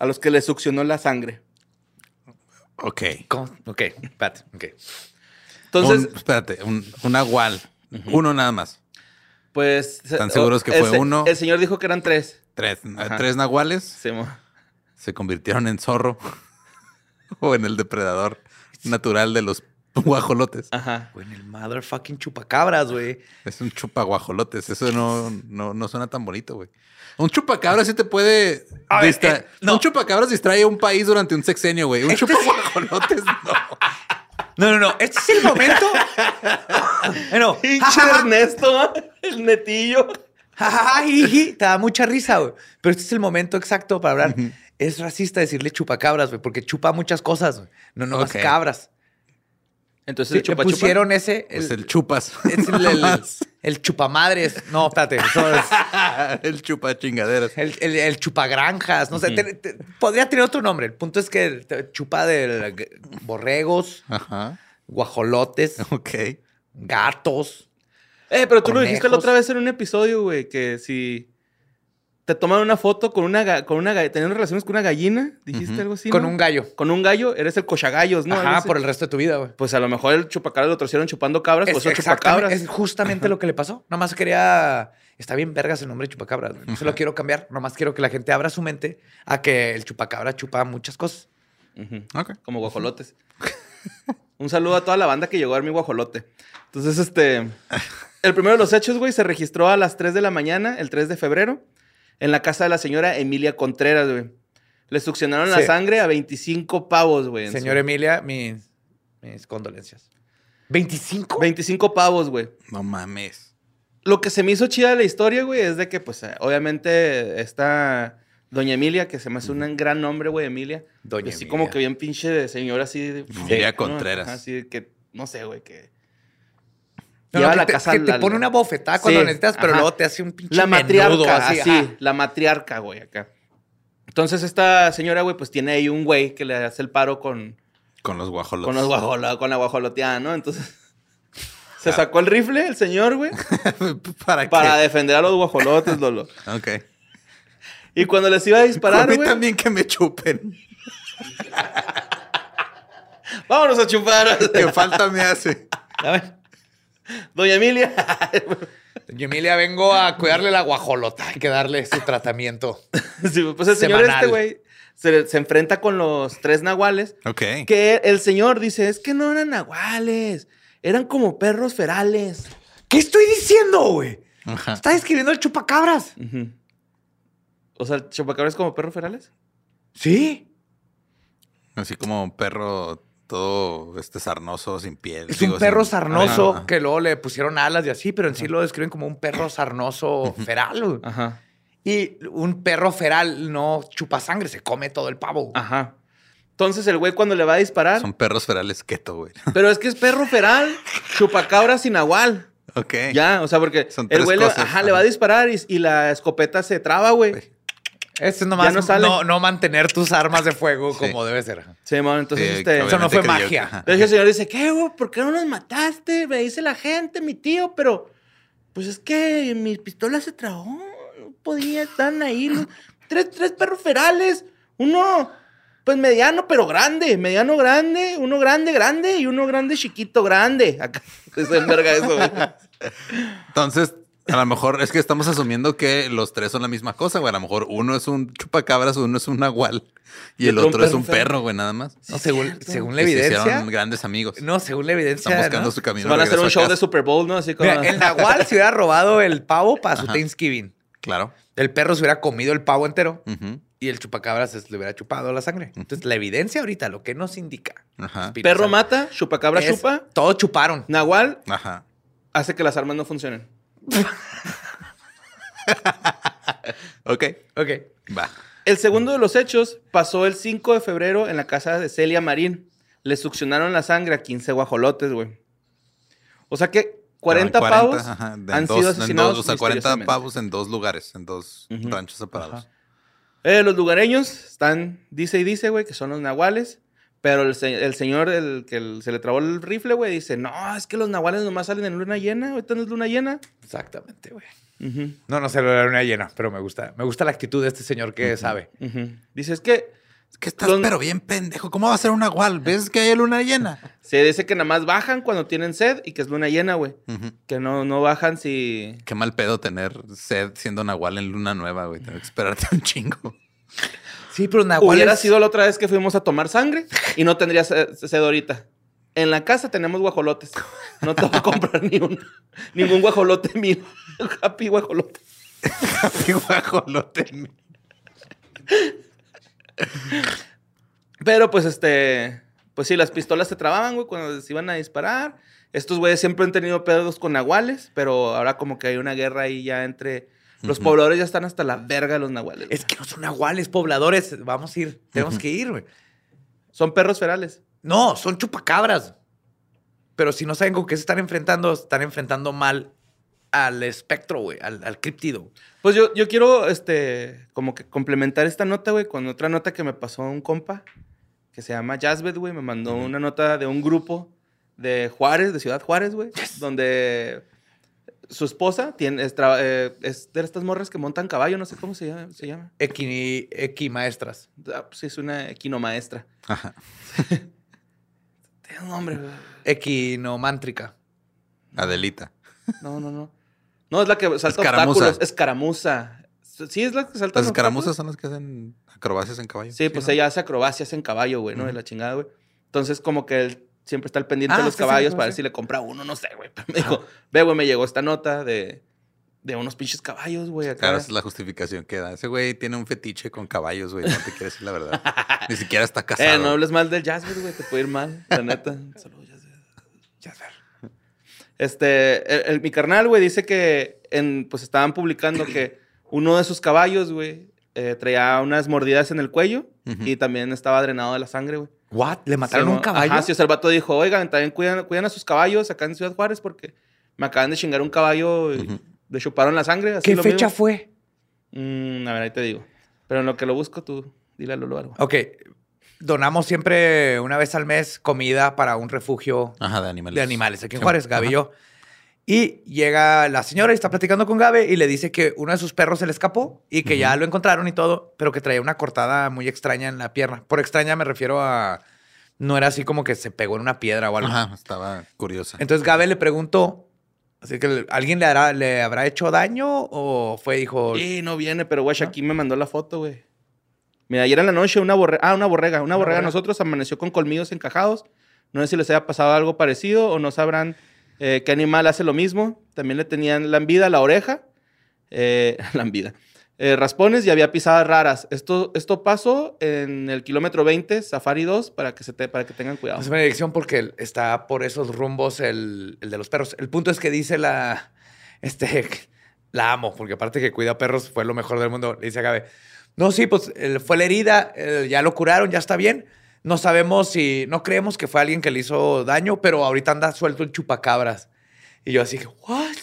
G: a los que le succionó la sangre.
F: Ok.
E: ¿Cómo? Ok, espérate. Ok.
G: Entonces,
F: Un- espérate, un, un agual. Uno nada más.
G: pues. se-
F: ¿Están seguros que
G: el
F: fue
G: se-
F: uno?
G: El señor dijo que eran tres.
F: Tres,
G: Ajá.
F: tres nahuales
G: Sí, mo.
F: se convirtieron en zorro o en el depredador natural de los guajolotes.
G: Ajá.
E: Güey, en el motherfucking chupacabras, güey.
F: Es un chupaguajolotes. Eso no, no, no suena tan bonito, güey. Un chupacabra sí te puede.
E: A ver,
F: distra-
E: eh, no. Este
F: Un chupacabras distrae a un país durante un sexenio, güey. Un chupaguajolotes no.
E: No, no, no. Este es el momento. Bueno,
G: Pinche Ernesto, el netillo.
E: jajaja, jiji, te da mucha risa, güey. Pero este es el momento exacto para hablar. Es racista decirle chupacabras, güey, porque chupa muchas cosas, güey. No, no
F: Ok.
E: cabras.
G: Entonces,
E: Sí, le pusieron ese.
F: Es
E: el-
F: Pues el chupas.
E: es el- el- El chupamadres. No, espérate. eso es-
F: Ah, el chupa chingaderas.
E: el, el- el chupagranjas. No sé. te- te- podría tener otro nombre. El punto es que el- te- chupa de g- borregos,
F: Ajá.
E: guajolotes,
F: Ok.
E: gatos.
G: Eh, pero tú lo dijiste la
E: Conejos.
G: otra vez en un episodio, güey, que si te toman una foto con una ga- con una ga- teniendo relaciones con una gallina, dijiste algo así.
E: Con
G: ¿no?
E: un gallo.
G: con un gallo, eres el cochagallos, ¿no? Algo
E: Ajá,
G: así.
E: por el resto de tu vida, güey.
G: Pues a lo mejor el chupacabras lo torcieron chupando cabras, pues son chupacabras.
E: exactamente- es justamente lo que le pasó. Nomás quería. Está bien vergas el nombre de chupacabras. güey. No se lo quiero cambiar. Nomás quiero que la gente abra su mente a que el chupacabra chupa muchas cosas.
G: Ujú.
F: Ok.
G: Como guajolotes. Un saludo a toda la banda que llegó a ver mi guajolote. Entonces, este. El primero de los hechos, güey, se registró a las 3 de la mañana, el 3 de febrero, en la casa de la señora Emilia Contreras, güey. Le succionaron la
E: Sí.
G: sangre a 25 pavos, güey. en su-
E: Señor Emilia, mis, mis condolencias. ¿25?
G: 25 pavos, güey.
F: No mames.
G: Lo que se me hizo chida de la historia, güey, es de que, pues, eh, obviamente, esta doña Emilia, que se me hace un gran nombre, güey, Emilia.
E: Doña
G: así
E: Emilia.
G: Pues como que bien pinche de señora, así. de-
F: Emilia
G: ¿no?
F: Contreras.
G: Así que, no sé, güey, que.
E: No, no,
G: lleva
E: que
G: la
E: te,
G: casa
E: que
G: al-
E: te
G: al-
E: pone una bofetada cuando
G: Sí,
E: necesitas, pero
G: ajá.
E: luego te hace un pinche
G: La matriarca,
E: menudo,
G: así.
E: ajá.
G: la matriarca, güey, acá. Entonces, esta señora, güey, pues tiene ahí un güey que le hace el paro con,
F: Con los guajolotes.
G: con, los guajolo- con la guajoloteada, ¿no? Entonces,
F: Ah.
G: se sacó el rifle, el señor, güey,
F: ¿Para qué?
G: para defender a los guajolotes, Lolo.
F: Ok.
G: Y cuando les iba a
F: Para
G: disparar,
F: mí
G: güey,
F: también que me chupen.
G: vámonos a chupar.
F: Que falta me hace.
E: A ver,
G: Doña Emilia.
E: Doña Emilia, vengo a cuidarle la guajolota. Hay que darle su tratamiento.
G: Sí, pues el señor
E: Semanal.
G: este, güey, se, se enfrenta con los tres nahuales.
F: Ok.
G: Que el señor dice, es que no eran nahuales. Eran como perros ferales.
E: ¿Qué estoy diciendo, güey?
F: Ajá.
E: Está escribiendo el chupacabras.
G: O sea, ¿el ¿chupacabras como perros ferales?
E: Sí.
F: Así como un perro todo este sarnoso, sin piel.
E: Es
F: Digo,
E: un perro
F: sin-
E: sarnoso
F: Ajá.
E: que luego le pusieron alas y así, pero en sí lo describen como un perro sarnoso feral. güey.
G: Ajá.
E: Y un perro feral no chupa sangre, se come todo el pavo. güey.
G: Ajá. Entonces el güey cuando le va a disparar,
F: Son perros ferales keto, güey.
G: pero es que es perro feral, chupacabras y nahual.
F: Ok.
G: Ya, o sea, porque
F: Son
G: el
F: tres
G: güey le,
F: cosas,
G: ajá, le va a
F: ajá.
G: disparar y, y la escopeta se traba, güey.
E: Eso Este es nomás
G: Ya no
E: no,
G: sale.
E: no, mantener tus armas de fuego
F: Sí.
E: como debe ser.
G: Sí, man, entonces
F: Sí,
G: este...
F: que
E: Eso no
F: obviamente
E: fue
F: creyó
E: magia.
F: ajá.
G: Entonces el señor dice, ¿qué, güey? ¿Por qué no nos mataste? Me dice la gente, mi tío, pero pues es que mi pistola se trabó. No podía, estaban ahí. ¿no? Tres, tres perros ferales. Uno, pues mediano, pero grande. Mediano, grande. Uno grande, grande. Y uno grande, chiquito, grande. Acá es el verga eso, güey.
F: Entonces, a lo mejor es que estamos asumiendo que los tres son la misma cosa, güey. A lo mejor uno es un chupacabras, uno es un nahual y el otro es un perro, güey, nada más.
E: No, según, según la
F: Que se
E: evidencia.
F: hicieron grandes amigos.
E: No, según la evidencia.
F: Están buscando
E: ¿no?
F: su camino.
G: Van a hacer
F: regreso
G: un show de
F: casa.
G: Super Bowl, ¿no? Así como...
E: Mira, el nahual se hubiera robado el pavo para su Thanksgiving.
F: Claro.
E: El perro se hubiera comido el pavo entero
F: Ujú.
E: y el chupacabras se le hubiera chupado la sangre.
F: Mm.
E: Entonces, la evidencia ahorita, lo que nos indica.
F: Ajá.
E: Espinosa,
G: Perro mata, chupacabra
E: es-
G: chupa.
E: Todos chuparon.
G: Nahual
F: Ajá.
G: hace que las armas no funcionen.
F: Ok.
E: Ok.
F: Va.
G: El segundo de los hechos pasó el 5 de febrero en la casa de Celia Marín. Le succionaron la sangre a 15 guajolotes, güey. O sea que 40
F: Eran
G: pavos
F: ajá, de-
G: han
F: en dos-
G: sido
F: en
G: asesinados.
F: dos- o sea, 40
G: misteriosamente.
F: pavos en dos lugares, en dos
G: Ujú.
F: ranchos separados.
G: Eh, los lugareños están, dice y dice, güey, que son los nahuales. Pero el, se- el señor, el que el- se le trabó el rifle, güey, dice: No, es que los nahuales nomás salen en luna llena. Ahorita no es luna llena.
E: Exactamente, güey.
G: Ujú,
E: No, no se lo era una llena, pero me gusta. Me gusta la actitud de este señor que sabe.
G: ujú. Dice: Es que
F: Es que estás
G: Los-
F: pero bien pendejo. ¿Cómo va a ser un nahual? ¿Ves que hay luna llena?
G: se dice que nada más bajan cuando tienen sed y que es luna llena, güey.
F: Ujú.
G: Que no, no bajan si.
F: Qué mal pedo tener sed siendo nahual en luna nueva, güey. Tengo que esperarte un chingo.
E: Sí, pero nahual
G: Hubiera
E: es-
G: sido la otra vez que fuimos a tomar sangre y no tendría sed, sed ahorita. En la casa tenemos guajolotes. No te voy a comprar ni un, ningún guajolote mío. Happy guajolote.
F: Qué guajolote.
G: Pero pues este... Pues sí, las pistolas se trababan, güey, cuando se iban a disparar. Estos güeyes siempre han tenido pedos con nahuales, pero ahora como que hay una guerra ahí ya entre... Los pobladores ya están hasta la verga de los nahuales. güey.
E: Es que no son nahuales, pobladores. Vamos a ir. Tenemos que ir, güey.
G: Son perros ferales.
E: No, son chupacabras. Pero si no saben con qué se están enfrentando, están enfrentando mal a al espectro, güey, al, al críptido.
G: Pues yo, yo quiero, este, como que complementar esta nota, güey, con otra nota que me pasó un compa que se llama Jazzbet, güey. Me mandó una nota de un grupo de Juárez, de Ciudad Juárez, güey, donde su esposa tiene, es, tra- eh, es de estas morras que montan caballo, no sé cómo se llama. Se llama.
E: Equi, equi maestras.
G: Ah, pues sí, es una equinomaestra. Tiene un nombre, güey.
E: Equinomántrica.
F: Adelita.
G: No, no, no. No, es la que salta
F: Escaramuza.
G: obstáculos. Escaramuza. Sí, es la que salta los
F: Las escaramuzas son las que hacen acrobacias en caballo.
G: Sí, pues
F: ¿no?
G: ella hace acrobacias en caballo, güey, ¿no? De la chingada, güey. Entonces, como que él siempre está al pendiente
E: Ah,
G: de los
E: sí, sí,
G: caballos
E: sí,
G: para ver
E: sí.
G: si le compra uno, no sé, güey. Pero me dijo, ve, güey, me llegó esta nota de, de unos pinches caballos, güey. acá". Eh,
F: Claro, esa es la justificación que da. Ese güey tiene un fetiche con caballos, güey. No te quiere decir la verdad. Ni siquiera está casado.
G: Eh, no hables mal del Jasper, güey, te puede ir mal, la neta. Saludos, Jasper. Jasper. Este, el- el- mi carnal, güey, dice que en, pues estaban publicando que uno de sus caballos, güey, eh, traía unas mordidas en el cuello
F: Ujú.
G: y también estaba drenado de la sangre, güey.
E: ¿What? ¿Le
G: Sí,
E: mataron
G: ¿no?
E: un caballo?
G: Ajá, sí, o sea, el vato dijo, oigan, también cuidan, cuidan a sus caballos acá en Ciudad Juárez porque me acaban de chingar un caballo y
F: Ujú.
G: le chuparon la sangre. así
E: ¿Qué
G: lo
E: fecha
G: mismo".
E: fue?
G: Mm, a ver, ahí te digo. Pero en lo que lo busco, tú dile a Lolo algo.
E: Ok. Donamos siempre una vez al mes comida para un refugio
F: Ajá, de animales.
E: de animales. Aquí en
F: Sí,
E: Juárez,
F: ajá.
E: Gaby y yo. Y llega la señora y está platicando con Gaby y le dice que uno de sus perros se le escapó y que ya lo encontraron y todo, pero que traía una cortada muy extraña en la pierna. Por extraña me refiero a... No era así como que se pegó en una piedra o algo.
F: Ajá, estaba curiosa.
E: Entonces Gabe le preguntó, así que le- alguien le hará, le habrá hecho daño o fue dijo,
G: Y no viene, pero güey, aquí me mandó la foto, güey. Mira, ayer en la noche una borrega, ah, una borrega, una, borrega, de
E: borrega.
G: nosotros amaneció con colmillos encajados. No sé si les haya pasado algo parecido o no sabrán eh, qué animal hace lo mismo. También le tenían lambida la oreja, eh, lambida, eh, raspones y había pisadas raras. Esto, esto pasó en el kilómetro 20, Safari 2, para que, se te, para que tengan cuidado.
E: es una dirección porque está por esos rumbos el, el de los perros. El punto es que dice la, este, la amo, porque aparte que cuida perros fue lo mejor del mundo, le dice a Gabe, no, sí, pues él- fue la herida, él- ya lo curaron, ya está bien. No sabemos si, no creemos que fue alguien que le hizo daño, pero ahorita anda suelto el chupacabras. Y yo así que, ¿what?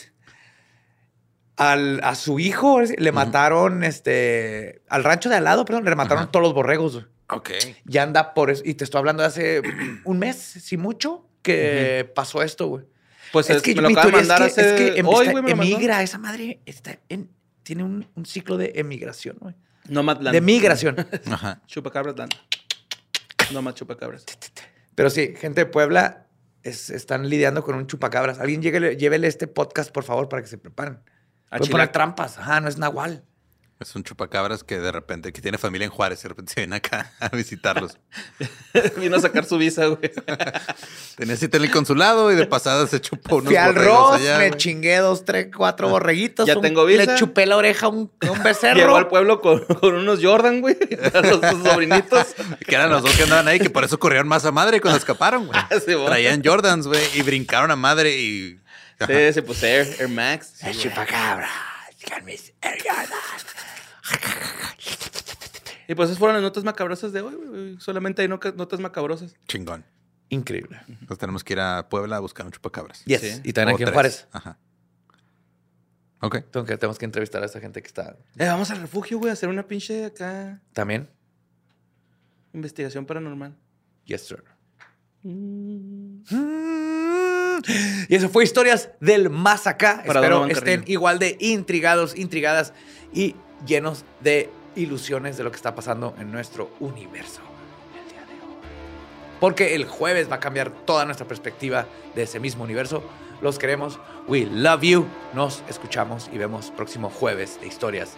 E: Al, a su hijo le mataron, este, al rancho de al lado, perdón, le mataron todos los borregos. güey.
F: Ok.
E: Ya anda por eso. Y te estoy hablando de hace un mes, si mucho, que pasó esto, güey.
G: Pues es- me lo
E: mi
G: acaba de
E: teoría es
G: mandar
E: que- es
G: hace-
E: que em-
G: hoy,
E: está-
G: güey, me lo mandó.
E: emigra, esa madre está en- tiene un, un ciclo de emigración, güey.
G: Nomadland.
E: De migración.
F: Ajá.
G: Chupacabras, Land. No más chupacabras.
E: Pero sí, gente de Puebla es- están lidiando con un chupacabras. Alguien lléguele- llévele este podcast, por favor, para que se preparen.
G: A
E: Pueden
G: Chile.
E: poner trampas. Ajá, no es nahual.
F: Es un chupacabras que de repente, que tiene familia en Juárez, de repente se viene acá a visitarlos.
G: Vino a sacar su visa, güey.
F: Tenía cita en el consulado y de pasada se chupó unos
E: Fui al
F: borregos
E: Ross,
F: allá,
E: me
F: güey.
E: chingué dos, tres, cuatro borreguitos.
G: Ah, Ya
E: un-
G: tengo visa.
E: Le chupé la oreja a un, a un becerro.
G: Llegó al pueblo con, con unos Jordan, güey. A los sus sobrinitos.
F: Que eran los dos que andaban ahí, que por eso corrieron más a madre cuando escaparon,
E: Ah,
F: güey.
G: Sí, bueno.
F: Traían Jordans, güey, y brincaron a madre y... ah,
G: Sí, sí, pues Air, Air Max.
E: El chupacabras. con mis hermanas.
G: Y pues esas fueron las notas macabrosas de hoy, güey. Solamente hay noca- notas macabrosas.
F: Chingón.
E: Increíble.
F: Entonces tenemos que ir a Puebla a buscar un chupacabras.
E: Yes.
G: Sí.
E: Y también
F: O
E: aquí en
F: tres.
E: Juárez.
F: Ajá. Ok.
E: Tengo que, tenemos que entrevistar a esa gente que está
G: Eh, vamos al refugio, güey, a hacer una pinche acá
E: también.
G: investigación paranormal.
E: Yes, sir. Mm. Y eso fue historias del más acá.
G: Para
E: Espero
G: Donovan
E: estén
G: Carrillo.
E: igual de intrigados, intrigadas y llenos de ilusiones de lo que está pasando en nuestro universo el día de hoy. Porque el jueves va a cambiar toda nuestra perspectiva de ese mismo universo. Los queremos. We love you. Nos escuchamos y vemos próximo jueves de historias